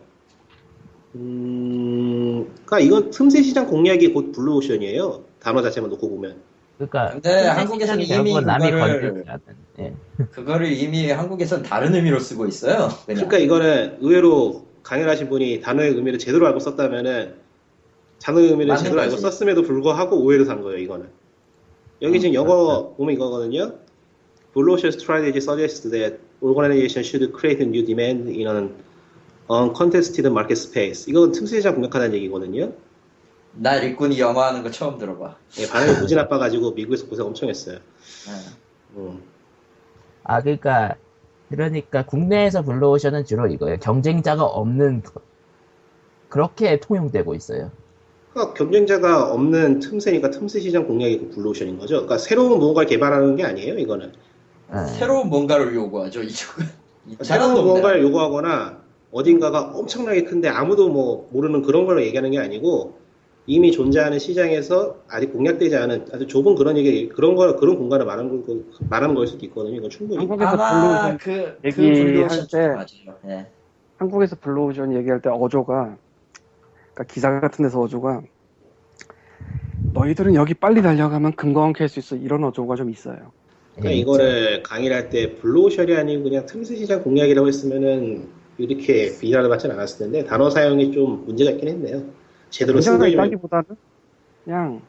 D: 음, 그러니까 이건 틈새 시장 공략이 곧 블루오션이에요. 단어 자체만 놓고 보면.
A: 그러니까
C: 근데
A: 현재
C: 한국에서는
A: 시장이
C: 이미
A: 결국은 남이
C: 그거를-
A: 건들지 않은. 예.
C: 그거를 이미 한국에선 다른 의미로 쓰고 있어요. 그냥.
D: 그러니까 이거는 의외로 강연하신 분이 단어의 의미를 제대로 알고 썼다면은 단어의 의미를
C: 맞는
D: 제대로 알고
C: 거지.
D: 썼음에도 불구하고 오해를 산 거예요 이거는 여기
C: 음,
D: 지금 영어 보면 이거거든요 Bullish strategy suggests that organizations should create a new demand in an uncontested market space 이건 틈새시장 공략하다는 얘기거든요
C: 나 리꾼이 영화하는 거 처음 들어봐.
D: 예, 반응이 무지 나빠가지고 미국에서 고생 엄청 했어요
C: 예.
D: 음.
A: 아 그러니까 그러니까 국내에서 블루오션은 주로 이거예요. 경쟁자가 없는 그- 그렇게 통용되고 있어요.
D: 그러니까 경쟁자가 없는 틈새니까 틈새시장 공략이 그 블루오션인 거죠 그러니까 새로운 무언가를 개발하는 게 아니에요 이거는
B: 네.
A: 예.
C: 새로운 뭔가를 요구하죠. 이쪽은. 이 사람도
D: 아, 새로운
C: 없네.
D: 무언가를 요구하거나 어딘가가 엄청나게 큰데 아무도 뭐 모르는 그런 걸 얘기하는 게 아니고 이미 존재하는 시장에서 아직 공략되지 않은 아주 좁은 그런 얘기 그런 걸 그런 공간을 말하는 걸 말하는 걸 수도 있거든요. 이건 충분히
B: 한국에서
C: 아마
B: 블루오션
C: 그, 그
B: 얘기할
C: 블루오션
B: 때
C: 맞아요. 예.
B: 한국에서 블루오션 얘기할 때 어조가 그러니까 기사 같은 데서 어조가 너희들은 여기 빨리 달려가면 금광 캘수 있어 이런 어조가 좀 있어요.
C: 네.
D: 그러니까 이거를 강의를 할 때 블로우셜이 아니고 그냥 틈새 시장 공략이라고 했으면은 이렇게 비난을 받진 않았을 텐데 단어 사용이 좀 문제가 있긴 했네요. 제대로 쓴
B: 굉장히
D: 거면
B: 따기보다는 그냥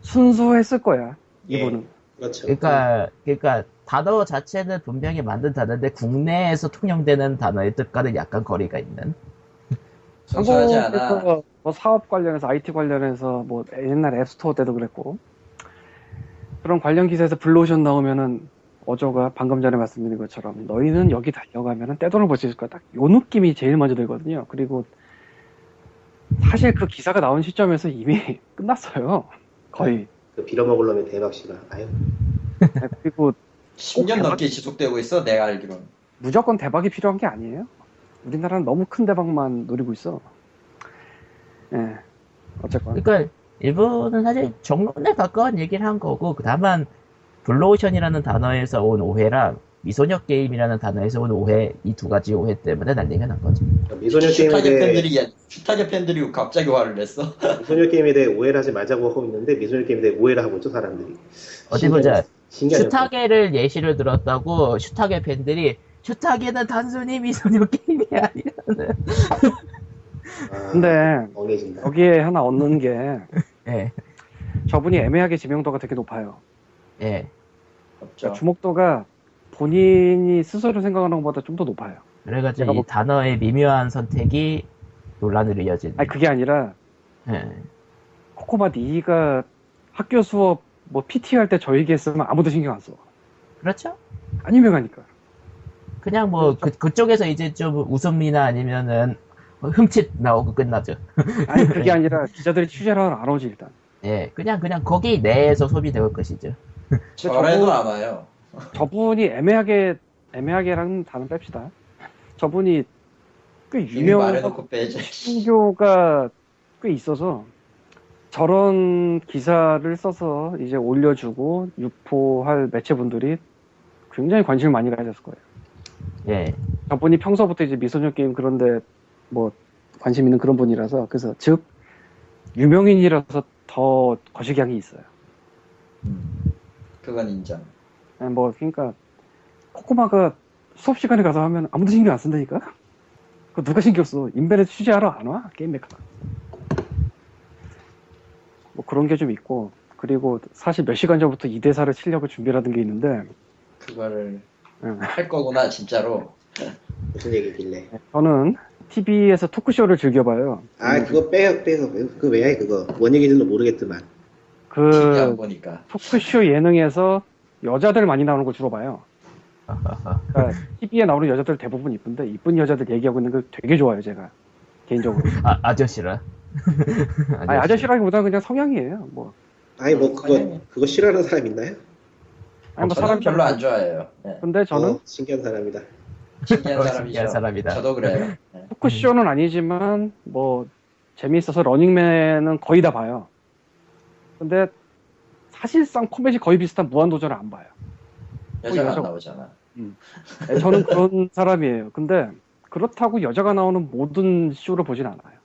B: 순수했을 거야
D: 예,
B: 이분은.
D: 그렇죠.
B: 음.
A: 그러니까 그러니까 단어 자체는 분명히 만든 단어인데 국내에서 통용되는 단어의 뜻과는 약간 거리가 있는.
C: 순수하지 않아.
B: 한국에서 뭐 사업 관련해서 IT 관련해서 뭐 옛날 앱스토어 때도 그랬고 그런 관련 기사에서 블로션 나오면은 어조가 방금 전에 말씀드린 것처럼 너희는 여기 달려가면은 떼돈을 벌 수 있을 거야 딱 요 느낌이 제일 먼저 들거든요 그리고 사실 그 기사가 나온 시점에서 이미 끝났어요 거의
D: 그 빌어먹을 놈의 대박씨가 아유
C: 네.
B: 그리고
C: 10년 넘게 지속되고 있어 내가 알기로는.
B: 무조건 대박이 필요한 게 아니에요. 우리나라는 너무 큰 대박만 노리고 있어. 예. 어쨌건.
A: 그러니까 일본은 사실 정론에 가까운 얘기를 한 거고 그 다만 블루오션이라는 단어에서 온 오해랑 미소녀 게임이라는 단어에서 온 오해 이 두 가지 오해 때문에 난리가 난 거죠.
D: 미소녀 게임에
C: 슈타게
D: 대해
C: 팬들이 야- 슈타게 팬들이 갑자기 화를 냈어.
B: 아,
D: 미소녀 게임에 대해 오해를 하지 말자고 하고 있는데 미소녀 게임에 대해 오해를 하고 있죠 사람들이.
A: 어디 보자.
D: 신기하죠.
A: 슈타게를 예시를 들었다고 슈타게 팬들이 슈타게는 단순히 미소녀 게임이 아니야.
D: 아,
B: 근데
D: 멍해진다.
B: 여기에 하나 얻는 게
A: 예,
B: 저분이 애매하게 지명도가 되게 높아요. 그러니까
A: 예.
C: 없죠.
B: 주목도가 본인이 스스로 생각하는 것보다 좀 더 높아요.
A: 그래가지고
B: 제가
A: 이
B: 뭐-
A: 단어의 미묘한 선택이 논란으로 이어진.
B: 아니 그게 아니라
A: 예.
B: 코코마 니가 학교 수업 뭐 PT 할 때 저 얘기했으면 아무도 신경 안 써.
A: 그렇죠.
B: 안 유명하니까.
A: 그냥 뭐
C: 네.
A: 그, 그쪽에서 이제 좀 웃음이나 아니면은 뭐 흠칫 나오고 끝나죠.
B: 아니 그게 아니라 기자들이 취재를 하러 안 오지 일단.
A: 예, 그냥 그냥 거기 내에서 소비될 것이죠.
C: 저래도 안 와요.
B: 저분이 애매하게 애매하게라는 단어 뺍시다. 저분이 꽤
C: 이미
B: 유명한
C: 말해놓고 빼지.
B: 신교가 꽤 있어서 저런 기사를 써서 이제 올려주고 유포할 매체분들이 굉장히 관심을 많이 가졌을 거예요.
A: 예,
B: 저분이 평소부터 이제 미소녀 게임 그런데 뭐 관심 있는 그런 분이라서 그래서 즉 유명인이라서 더 거시기한이 있어요.
C: 음, 그건 인정.
B: 아니, 뭐 그러니까 코코마가 수업 시간에 가서 하면 아무도 신경 안 쓴다니까. 그 누가 신경 써? 인벤에 취재하러 안 와? 게임 메카. 뭐 그런 게 좀 있고 그리고 사실 몇 시간 전부터 이 대사를 치려고 준비하던 게 있는데
C: 그거를
B: 응.
C: 할 거구나 진짜로.
D: 무슨 얘기길래?
B: 저는 TV에서 토크쇼를 즐겨봐요.
D: 아 그거 빼요 빼요 그거 왜 해 그거 뭔 얘기인지도 모르겠지만
C: TV 안
B: 그
C: 보니까.
B: 토크쇼 예능에서 여자들 많이 나오는 걸 주로 봐요. 그러니까 TV에 나오는 여자들 대부분 이쁜데 이쁜 여자들 얘기하고 있는 걸 되게 좋아요 제가 개인적으로.
A: 아 아저씨라.
B: 아니 아저씨라기보다는 그냥 성향이에요. 뭐
D: 아니 뭐 그거
C: 아니.
D: 그거 싫어하는 사람 있나요?
B: 아니 뭐
C: 저는
B: 사람
C: 별로 안 좋아해요. 네.
B: 근데 저는
D: 어, 신기한 사람이다.
C: 신기한
A: 어,
C: 사람이죠.
A: 신기한 사람이다.
C: 저도 그래요. 네.
B: 토크쇼는 아니지만 뭐 재미있어서 러닝맨은 거의 다 봐요. 근데 사실상 코미디 거의 비슷한 무한도전을 안 봐요.
C: 여자가 안
B: 여자-
C: 나오잖아.
B: 네, 저는 그런 사람이에요. 근데 그렇다고 여자가 나오는 모든 쇼를 보진 않아요.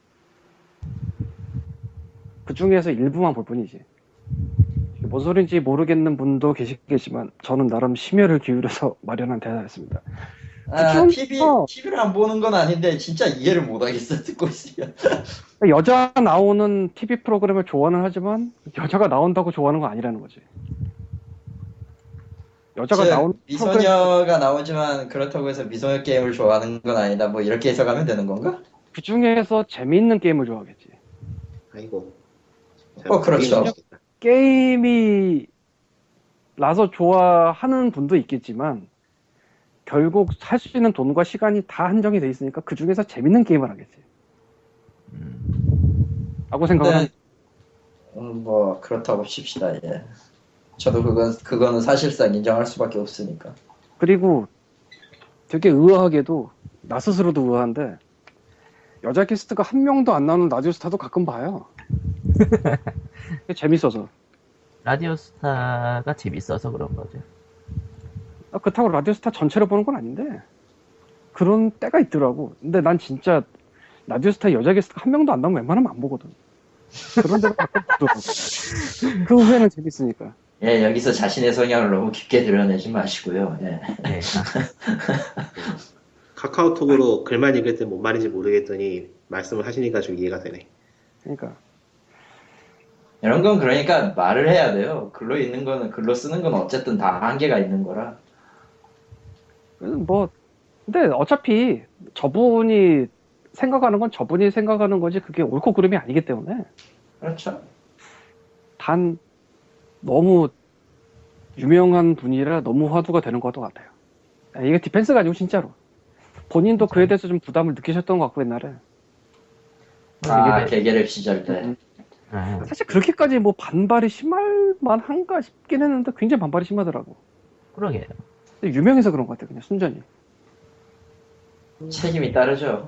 B: 그 중에서 일부만 볼 뿐이지. 이게 뭔 소린지 모르겠는 분도 계시겠지만 저는 나름 심혈을 기울여서 마련한 대사였습니다.
C: 아,
B: 그쵸?
C: TV,
B: 어.
C: TV를 안 보는 건 아닌데 진짜 이해를 못 하겠어 듣고 있으면.
B: 여자 나오는 TV 프로그램을 좋아는 하지만 여자가 나온다고 좋아하는 건 아니라는 거지. 여자가
C: 즉,
B: 나오는 프로그램
C: 미소녀가 나오지만 그렇다고 해서 미소녀 게임을 좋아하는 건 아니다. 뭐 이렇게 해석하면 되는 건가?
B: 그 중에서 재미있는 게임을 좋아하겠지.
D: 아이고.
C: 어, 그렇죠.
D: 재밌겠다.
B: 게임이 라서 좋아하는 분도 있겠지만 결국 할 수 있는 돈과 시간이 다 한정이 돼 있으니까 그 중에서 재밌는 게임을 하겠지. 라고 생각을
C: 음. 근데
B: 합니다.
C: 음, 뭐 그렇다고 칩시다. 예. 저도 그건 그거는 사실상 인정할 수밖에 없으니까.
B: 그리고 되게 의아하게도 나 스스로도 의아한데 여자 게스트가 한 명도 안 나오는 라디오 스타도 가끔 봐요. 그게 재밌어서.
A: 라디오스타가 재밌어서 그런 거죠.
B: 아, 그렇다고 라디오 스타 전체를 보는 건 아닌데 그런 때가 있더라고. 근데 난 진짜 라디오스타 여자 게스트 한 명도 안 나오면 웬만하면 안 보거든. 그런데도 가끔 보더라고. 그 후에는 재밌으니까.
C: 예, 여기서 자신의 성향을 너무 깊게 드러내지 마시고요. 예.
A: 네.
D: 카카오톡으로 글만 읽을 때 뭔 말인지 모르겠더니 말씀을 하시니까 좀 이해가 되네.
B: 그러니까
C: 이런 건 그러니까 말을 해야 돼요. 글로 있는 거는 글로 쓰는 건 어쨌든 다 한계가 있는 거라.
B: 그건 뭐 근데 어차피 저분이 생각하는 건 저분이 생각하는 거지 그게 옳고 그름이 아니기 때문에
C: 그렇죠.
B: 단 너무 유명한 분이라 너무 화두가 되는 것도 같아요. 이게 디펜스 가지고 진짜로 본인도 그에 대해서 좀 부담을 느끼셨던 것 같고 옛날에
C: 아,
A: 이게
C: 개개랩 시절 때.
A: 아,
B: 사실 그렇게까지 뭐 반발이 심할 만한가 싶긴 했는데 굉장히 반발이 심하더라고.
A: 그러게요.
B: 근데 유명해서 그런 것 같아 그냥 순전히.
C: 책임이 따르죠.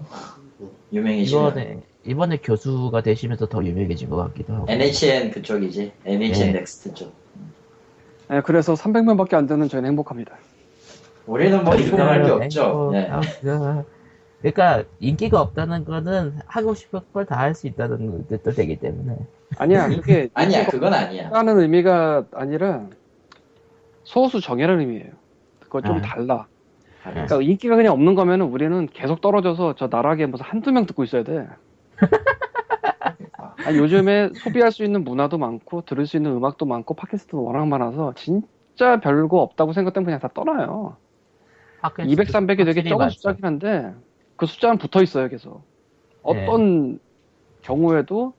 C: 유명이시면.
A: 이번에 이번에 교수가 되시면서 더 유명해진 것 같기도 하고.
C: NHN 그쪽이지. NHN
A: 네.
C: 넥스트 쪽.
B: 예, 그래서 300명밖에 안 되는 저희는 행복합니다.
C: 우리는 뭐 유명할 게 없죠. 네.
A: 행복하고. 네. 그러니까 인기가 없다는 거는 하고 싶은 걸 다 할 수 있다는 뜻도 되기 때문에.
B: 아니야 그게
C: 아니야, 그건 아니야.
B: 하는 의미가 아니라 소수 정예라는 의미예요. 그거 좀
A: 아.
B: 달라.
C: 알겠습니다.
B: 그러니까 인기가 그냥 없는 거면 은 우리는 계속 떨어져서 저 나락에 무슨 한두 명 듣고 있어야 돼. 아니, 요즘에 소비할 수 있는 문화도 많고 들을 수 있는 음악도 많고 팟캐스트도 워낙 많아서 진짜 별거 없다고 생각되면 그냥 다 떠나요. 200, 300이 되게
A: 확실히
B: 적은
A: 많죠.
B: 숫자긴 한데 그 숫자는 붙어 있어요 계속. 어떤
A: 네.
B: 경우에도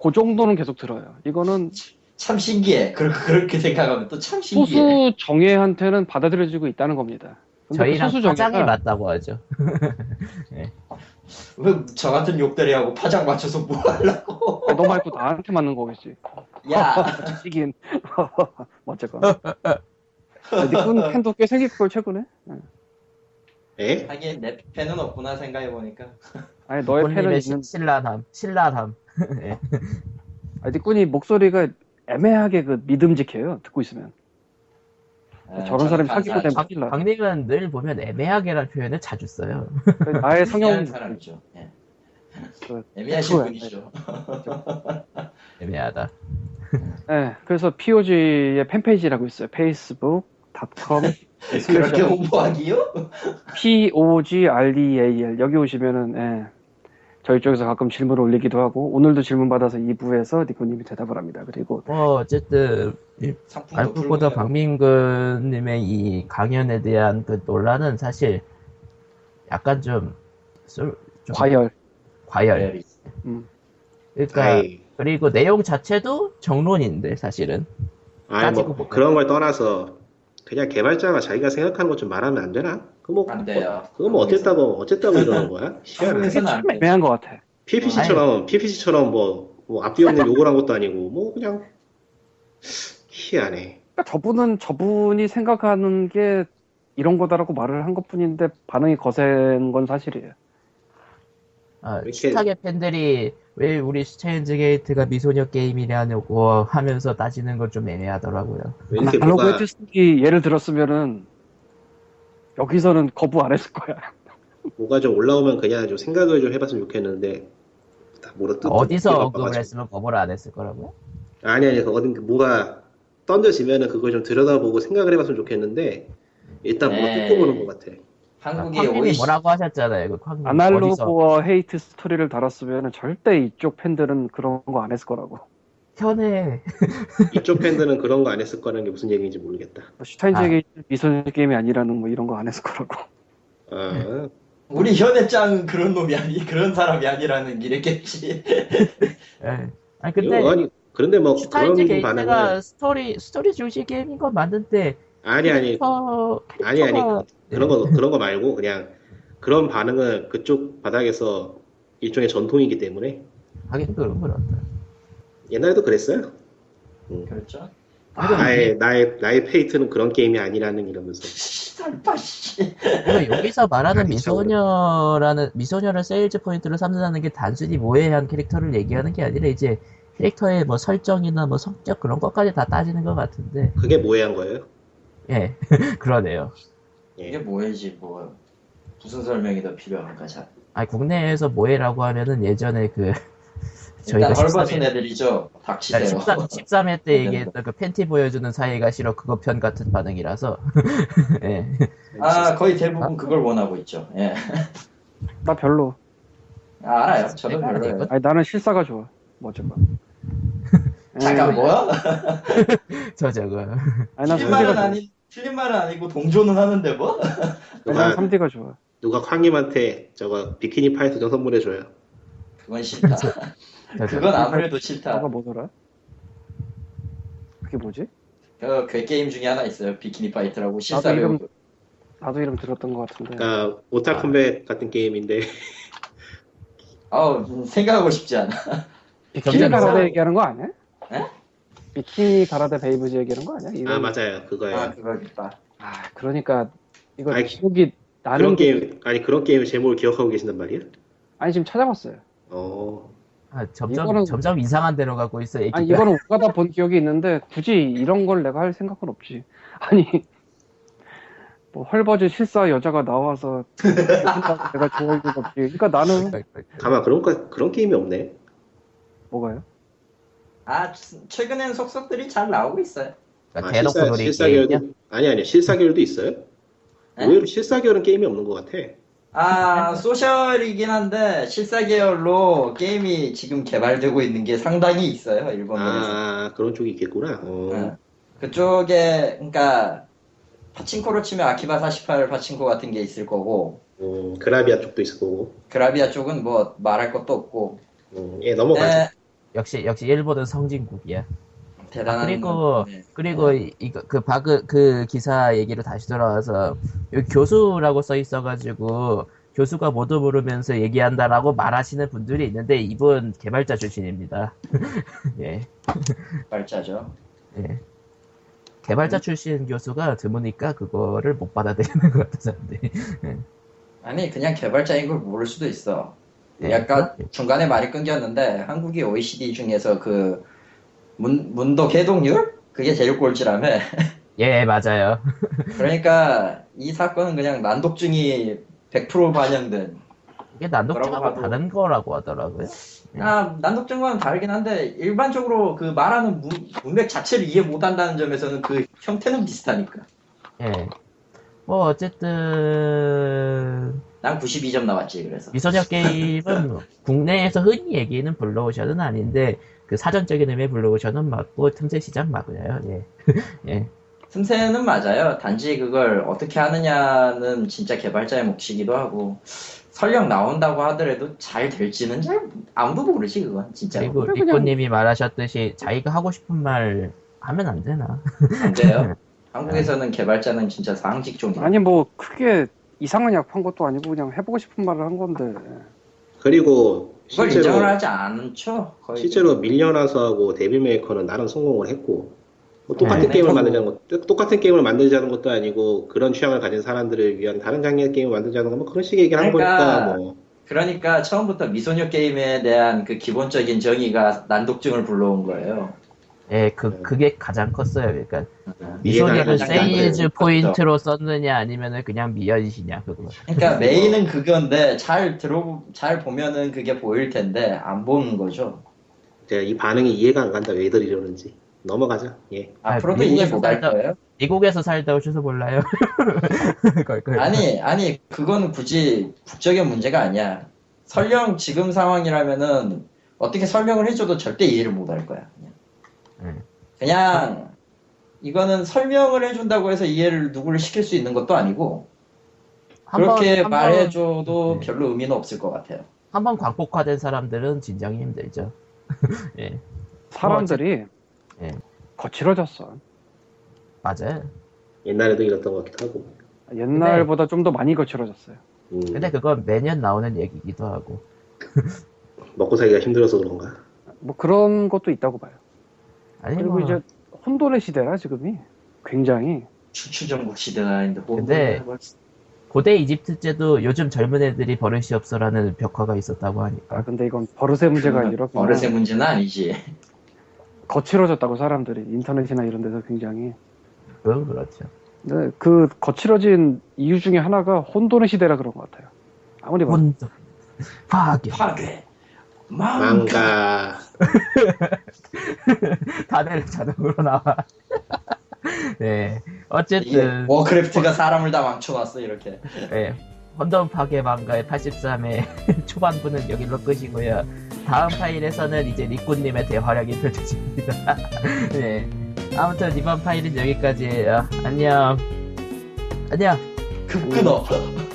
B: 그 정도는 계속 들어요. 이거는
C: 참 신기해. 그렇게, 그렇게 생각하면 또 참 신기해.
B: 소수 정예한테는 받아들여지고 있다는 겁니다. 근데 그
A: 저희랑
B: 소수
A: 화장이
B: 정예가
A: 맞다고 하죠.
C: 왜 저 같은 욕대리하고 파장 맞춰서 뭐 하려고.
B: 너 말고 나한테 맞는 거겠지.
C: 야,
B: 시긴 어쨌거나. 니꾼 팬도 꽤 생길걸 최근에.
D: 에?
C: 하긴 내 팬은 없구나 생각해보니까.
B: 아니 너의 팬은
A: 본인의
B: 있는.
A: 신라담, 신라담.
B: 아니, 니꾼이 목소리가 애매하게 그 믿음직해요. 듣고 있으면.
C: 아,
B: 저런 사람이 사귀게 되면
C: 감사-
B: 큰일 나.
A: 강님은 늘 보면 애매하게라는 표현을 자주 써요.
B: 그 나의
C: 애매한
B: 성형
C: 사람이죠. 예.
B: 그-
C: 애매하신
B: 그거야.
C: 분이죠.
A: 애매하다.
B: 네, 그래서 POG의 팬페이지라고 있어요. facebook.com 그렇죠.
C: 그렇게 홍보하기요?
B: POGREAL E 여기 오시면은 예, 저희 쪽에서 가끔 질문을 올리기도 하고 오늘도 질문 받아서 2부에서 니코님이 대답을 합니다. 그리고
A: 뭐 어쨌든
C: 상품도
A: 알프보다
C: 불구하고.
A: 박민근님의 이 강연에 대한 그 논란은 사실 약간 좀, 쏠- 좀
B: 과열 네. 음.
A: 과열. 그러니까
D: 아이,
A: 그리고 내용 자체도 정론인데 사실은
D: 아이 뭐,
A: 따지고 보면-
D: 그런 걸 떠나서 그냥 개발자가 자기가 생각하는 것 좀 말하면 안 되나? 그거 뭐,
C: 안 돼요.
D: 그거 뭐 어쨌다고 어쨌다고 이러는 거야?
A: 아,
D: 희한해.
C: 한국에서는 안
B: 참
C: 돼.
B: 애매한 것 같아.
D: PPC처럼 PPC처럼 뭐, 뭐 앞뒤 없는 욕을 한 것도 아니고 뭐 그냥 희한해.
B: 그러니까 저분은 저분이 생각하는 게 이런 거다라고 말을 한 것뿐인데 반응이 거센 건 사실이에요.
A: 아,
D: 이렇게-
A: 숱하게 팬들이 왜 우리 스체인즈 게이트가 미소녀 게임이냐고 하면서 따지는 걸 좀 애매하더라고요.
D: 왜 이렇게
B: 아날로그
D: 뭐가
B: 헤드스틱이 예를 들었으면은 여기서는 거부 안 했을 거야.
D: 뭐가 좀 올라오면 그냥 좀 생각을 좀 해봤으면 좋겠는데 다 뭐라 뜯-
A: 어디서
D: 뜯어가지고.
A: 언급을 했으면 거부를 안 했을 거라고요?
D: 아니 아니 그 어딘 뭐가 던져지면은 그걸 좀 들여다보고 생각을 해봤으면 좋겠는데 일단 뭐가
C: 네.
D: 뜯고 보는 것 같아.
C: 한국의
A: 쾅님이
C: 오이
A: 뭐라고 하셨잖아요. 그 쾅님 어디서
B: 아날로그와 뭐. 헤이트 스토리를 달았으면 절대 이쪽 팬들은 그런 거 안 했을 거라고.
A: 편해.
D: 이쪽 팬들은 그런 거 안 했을 거라는 게 무슨 얘기인지 모르겠다.
A: 아.
B: 뭐 슈타인즈에게 미소녀 게임이 아니라는 뭐 이런 거 안 했을 거라고.
D: 아,
C: 우리 현애짱은 그런 놈이 아니 그런 사람이 아니라는 일이겠지.
A: 예. 아니
D: 이거
A: 근데
D: 아니 그런데 뭐 그런
A: 스타인즈
D: 반응은
A: 게이트가 스토리 스토리 중심 게임인 건 맞는데
D: 아니 아니
A: 캐릭터,
D: 아니, 아니.
A: 캐릭터가-
D: 그런
A: 네.
D: 거 그런 거 말고 그냥 그런 반응은 그쪽 바닥에서 일종의 전통이기 때문에
A: 하긴 그런 건 없다.
D: 옛날에도 그랬어요.
C: 그렇죠.
A: 아,
D: 나의 나의 나의 페이트는 그런 게임이 아니라는 이러면서
C: 씨살파 씨.
A: 그리고 여기서 말하는
D: 아니, 참.
A: 미소녀라는 미소녀를 세일즈 포인트로 삼는다는 게 단순히 모해한 캐릭터를 얘기하는 게 아니라 이제 캐릭터의 뭐 설정이나 뭐 성격 그런 것까지 다 따지는 것 같은데
D: 그게 모해한 거예요. 예.
A: 예 그러네요
C: 이게 뭐해지 뭐 무슨 설명이 더 필요한가 잘.
A: 아 국내에서 모해라고 하면은 예전에 그 저희가
C: 일단 헐벗은
A: 13회,
C: 애들이죠. 닥치세요.
A: 13, 13회 때 얘기했던 그 팬티 보여주는 사이가 싫어 그거 편 같은 반응이라서 예.
C: 아 거의 대부분 그걸 원하고 있죠. 예.
B: 나 별로.
C: 아, 알아요. 저도
A: 내가
C: 별로예요.
A: 알아요.
B: 아니 나는 실사가 좋아. 뭐 어쨌건. 예,
A: 음.
C: 잠깐 뭐야?
A: 저 저거
B: 아니 난
C: 틀린 말은
B: 3D가 좋아.
C: 아니 틀린 말은 아니고 동조는 하는데 뭐?
B: 아니, 난
D: 누가
B: 3D가 좋아.
D: 누가 쾅님한테 저거 비키니 파이 두장 선물해줘요.
C: 그건 싫다.
A: 저 저거
C: 그건 아무래도 싫다.
B: 뭐가 뭐더라? 그게 뭐지?
C: 그, 그 게임 중에 하나 있어요. 비키니 파이트라고
B: 나도
C: 실사를
B: 이름 나도 이름 들었던 것 같은데.
D: 그러니까 오타 컴백 같은 게임인데
C: 아우 음, 생각하고 싶지 않아.
B: 비키니
A: 점점
B: 가라데
C: 이상-
B: 얘기하는 거 아니야?
C: 에?
B: 비키니 가라데 베이브즈 얘기하는 거 아니야? 이거
D: 아 맞아요 그거예요.
C: 아 그거겠다.
B: 아, 그러니까 이거
D: 아이,
B: 기억이
D: 그런
B: 나는 게
D: 게임 아니 그런 게임 제목을 기억하고 계신단 말이야?
B: 아니 지금 찾아봤어요.
D: 어
A: 아, 점점
B: 이거는-
A: 점점 이상한 데로 가고 있어 얘기가
B: 아니 이거는 오가다 본 기억이 있는데 굳이 이런 걸 내가 할 생각은 없지. 아니 뭐 헐버즈 실사 여자가 나와서 내가 좋아할 일 없지. 그러니까 나는
D: 가만 그런 거 그런 게임이 없네.
B: 뭐가요?
C: 아 치- 최근엔 속속들이 잘 나오고 있어요.
A: 그러니까
D: 아,
A: 대놓고
D: 실사-
A: 노리
D: 실사결도-
A: 게임이야?
D: 아니 아니 실사결도 있어요?
C: 에?
D: 의외로 실사결은 게임이 없는 것 같아.
C: 아 소셜이긴 한데 실사 계열로 게임이 지금 개발되고 있는 게 상당히 있어요 일본에서.
D: 아 그런 쪽이 있겠구나. 어.
C: 예. 그쪽에 그러니까 파친코로 치면 아키바 48 파친코 같은 게 있을 거고
D: 음, 그라비아 쪽도 있을 거고.
C: 그라비아 쪽은 뭐 말할 것도 없고
D: 음, 예 넘어가죠.
C: 네,
A: 역시 역시 일본은 성진국이야.
C: 대단한
A: 아, 그리고-
C: 건- 네.
A: 그리고 이- 이거 그 바그 그 기사 얘기로 다시 돌아와서 여기 교수라고 써 있어가지고 교수가 모두 부르면서 얘기한다라고 말하시는 분들이 있는데 이분 개발자 출신입니다. 예,
C: 발자죠.
A: 예. 개발자
C: 네.
A: 출신 교수가 드무니까 그거를 못 받아들이는 것 같아서 네.
C: 아니 그냥 개발자인 걸 모를 수도 있어.
A: 예,
C: 약간
A: 그렇죠.
C: 중간에 말이 끊겼는데 한국이 OECD 중에서 그 문, 문도 개동률 그게 제일 꼴찌라며.
A: 예 맞아요.
C: 그러니까 이 사건은 그냥 난독증이 100% 반영된
A: 이게 난독증하고
C: 뭐라고
A: 다른 거라고 하더라고요. 예.
C: 아, 난독증과는 다르긴 한데 일반적으로 그 말하는 문, 문맥 자체를 이해 못한다는 점에서는 그 형태는 비슷하니까.
A: 예. 뭐 어쨌든
C: 난 92점 나왔지 그래서.
A: 미소녀 게임은 국내에서 흔히 얘기하는 블루오션은 아닌데 그 사전적인 의미의 블루오션은 맞고 틈새 시장 맞고요. 예. 예.
C: 틈새는 맞아요. 단지 그걸 어떻게 하느냐는 진짜 개발자의 몫이기도 하고 설령 나온다고 하더라도 잘 될지는 잘 아무도 모르지 그건 진짜
A: 그리고
B: 그냥-
A: 리코님이 말하셨듯이 자기가 하고 싶은 말 하면 안 되나?
C: 안 돼요. 한국에서는 개발자는 진짜 사항직종이에요.
B: 아니 뭐 크게 이상한 약한 것도 아니고 그냥 해보고 싶은 말을 한 건데
D: 그리고
C: 그걸 인정을
D: 실제로
C: 하지 않죠. 거의
D: 실제로 밀려나서하고 데빌메이커는 나름 성공을 했고 뭐 똑같은
C: 네,
D: 게임을
C: 네,
D: 만들자는 것 똑같은 게임을 만들자는 것도 아니고 그런 취향을 가진 사람들을 위한 다른 장르의 게임을 만들자는 거뭐 그런 식의 얘기를 한
C: 그러니까
D: 거니까 뭐
C: 그러니까 처음부터 미소녀 게임에 대한 그 기본적인 정의가 난독증을 불러온 거예요.
A: 예,
C: 네.
A: 그 그게 가장 컸어요. 그러니까
D: 이해가
A: 미소녀를
D: 가지 않는
A: 세일즈
C: 그렇죠.
A: 포인트로 썼느냐 아니면은 그냥 미연시냐 그거.
C: 그러니까 메인은 그건데 잘 들어 잘 보면은 그게 보일 텐데 안 보는 거죠.
D: 제가 네, 이 반응이 이해가 안 간다 왜 애들이 이러는지 넘어가자 예
A: 아,
C: 앞으로도
A: 미국에서
C: 이해 못할
A: 살다-
C: 거예요.
A: 미국에서 살다 오셔서 몰라요. 걸, 걸.
C: 아니 아니 그건 굳이 국적인 문제가 아니야. 설령 지금 상황이라면은 어떻게 설명을 해줘도 절대 이해를 못할 거야. 그냥.
A: 음.
C: 그냥 이거는 설명을 해준다고 해서 이해를 누구를 시킬 수 있는 것도 아니고
A: 한 번-
C: 그렇게
A: 한 번-
C: 말해줘도
A: 네.
C: 별로 의미는 없을 것 같아요.
A: 한 번 광폭화된 사람들은 진정이 힘들죠. 예,
B: 사람들이
A: 예.
B: 거칠어졌어.
A: 맞아요.
D: 옛날에도 이랬던 것 같기도 하고
B: 옛날보다 좀 더 많이 거칠어졌어요.
D: 음,
A: 근데 그건 매년 나오는 얘기기도 하고.
D: 먹고 살기가 힘들어서 그런가
B: 뭐 그런 것도 있다고 봐요.
A: 아니
B: 그리고
A: 뭐,
B: 이제 혼돈의 시대라 지금이 굉장히
C: 추추전국 시대가 아닌데 뭐-
A: 근데-
C: 뭐-
A: 고대 이집트 때도 요즘 젊은 애들이 버릇이 없어라는 벽화가 있었다고
B: 아
A: 하니까.
B: 근데 이건 버릇의 문제가 아니라 그냥
C: 어르신 문제는 아니지.
B: 거칠어졌다고 사람들이 인터넷이나 이런 데서 굉장히
A: 그건 그렇죠.
B: 근데 그 거칠어진 이유 중에 하나가 혼돈의 시대라 그런 것 같아요. 아무리 봐도
A: 혼돈. 파괴.
C: 파괴 망가
D: 망가
A: 다들 자동으로 나와. 네.
C: 이게
A: 어쨌든,
B: 뭐-
C: 워크래프트가 사람을 다 망쳐놨어 이렇게
A: 네. 혼돈 파괴 망가의 83회 초반부는 여기로 끝이고요. 다음 파일에서는 이제 리꾸님의 대활약이 펼쳐집니다. 네. 아무튼 이번 파일은 여기까지예요. 안녕. 안녕.
C: 급 끊어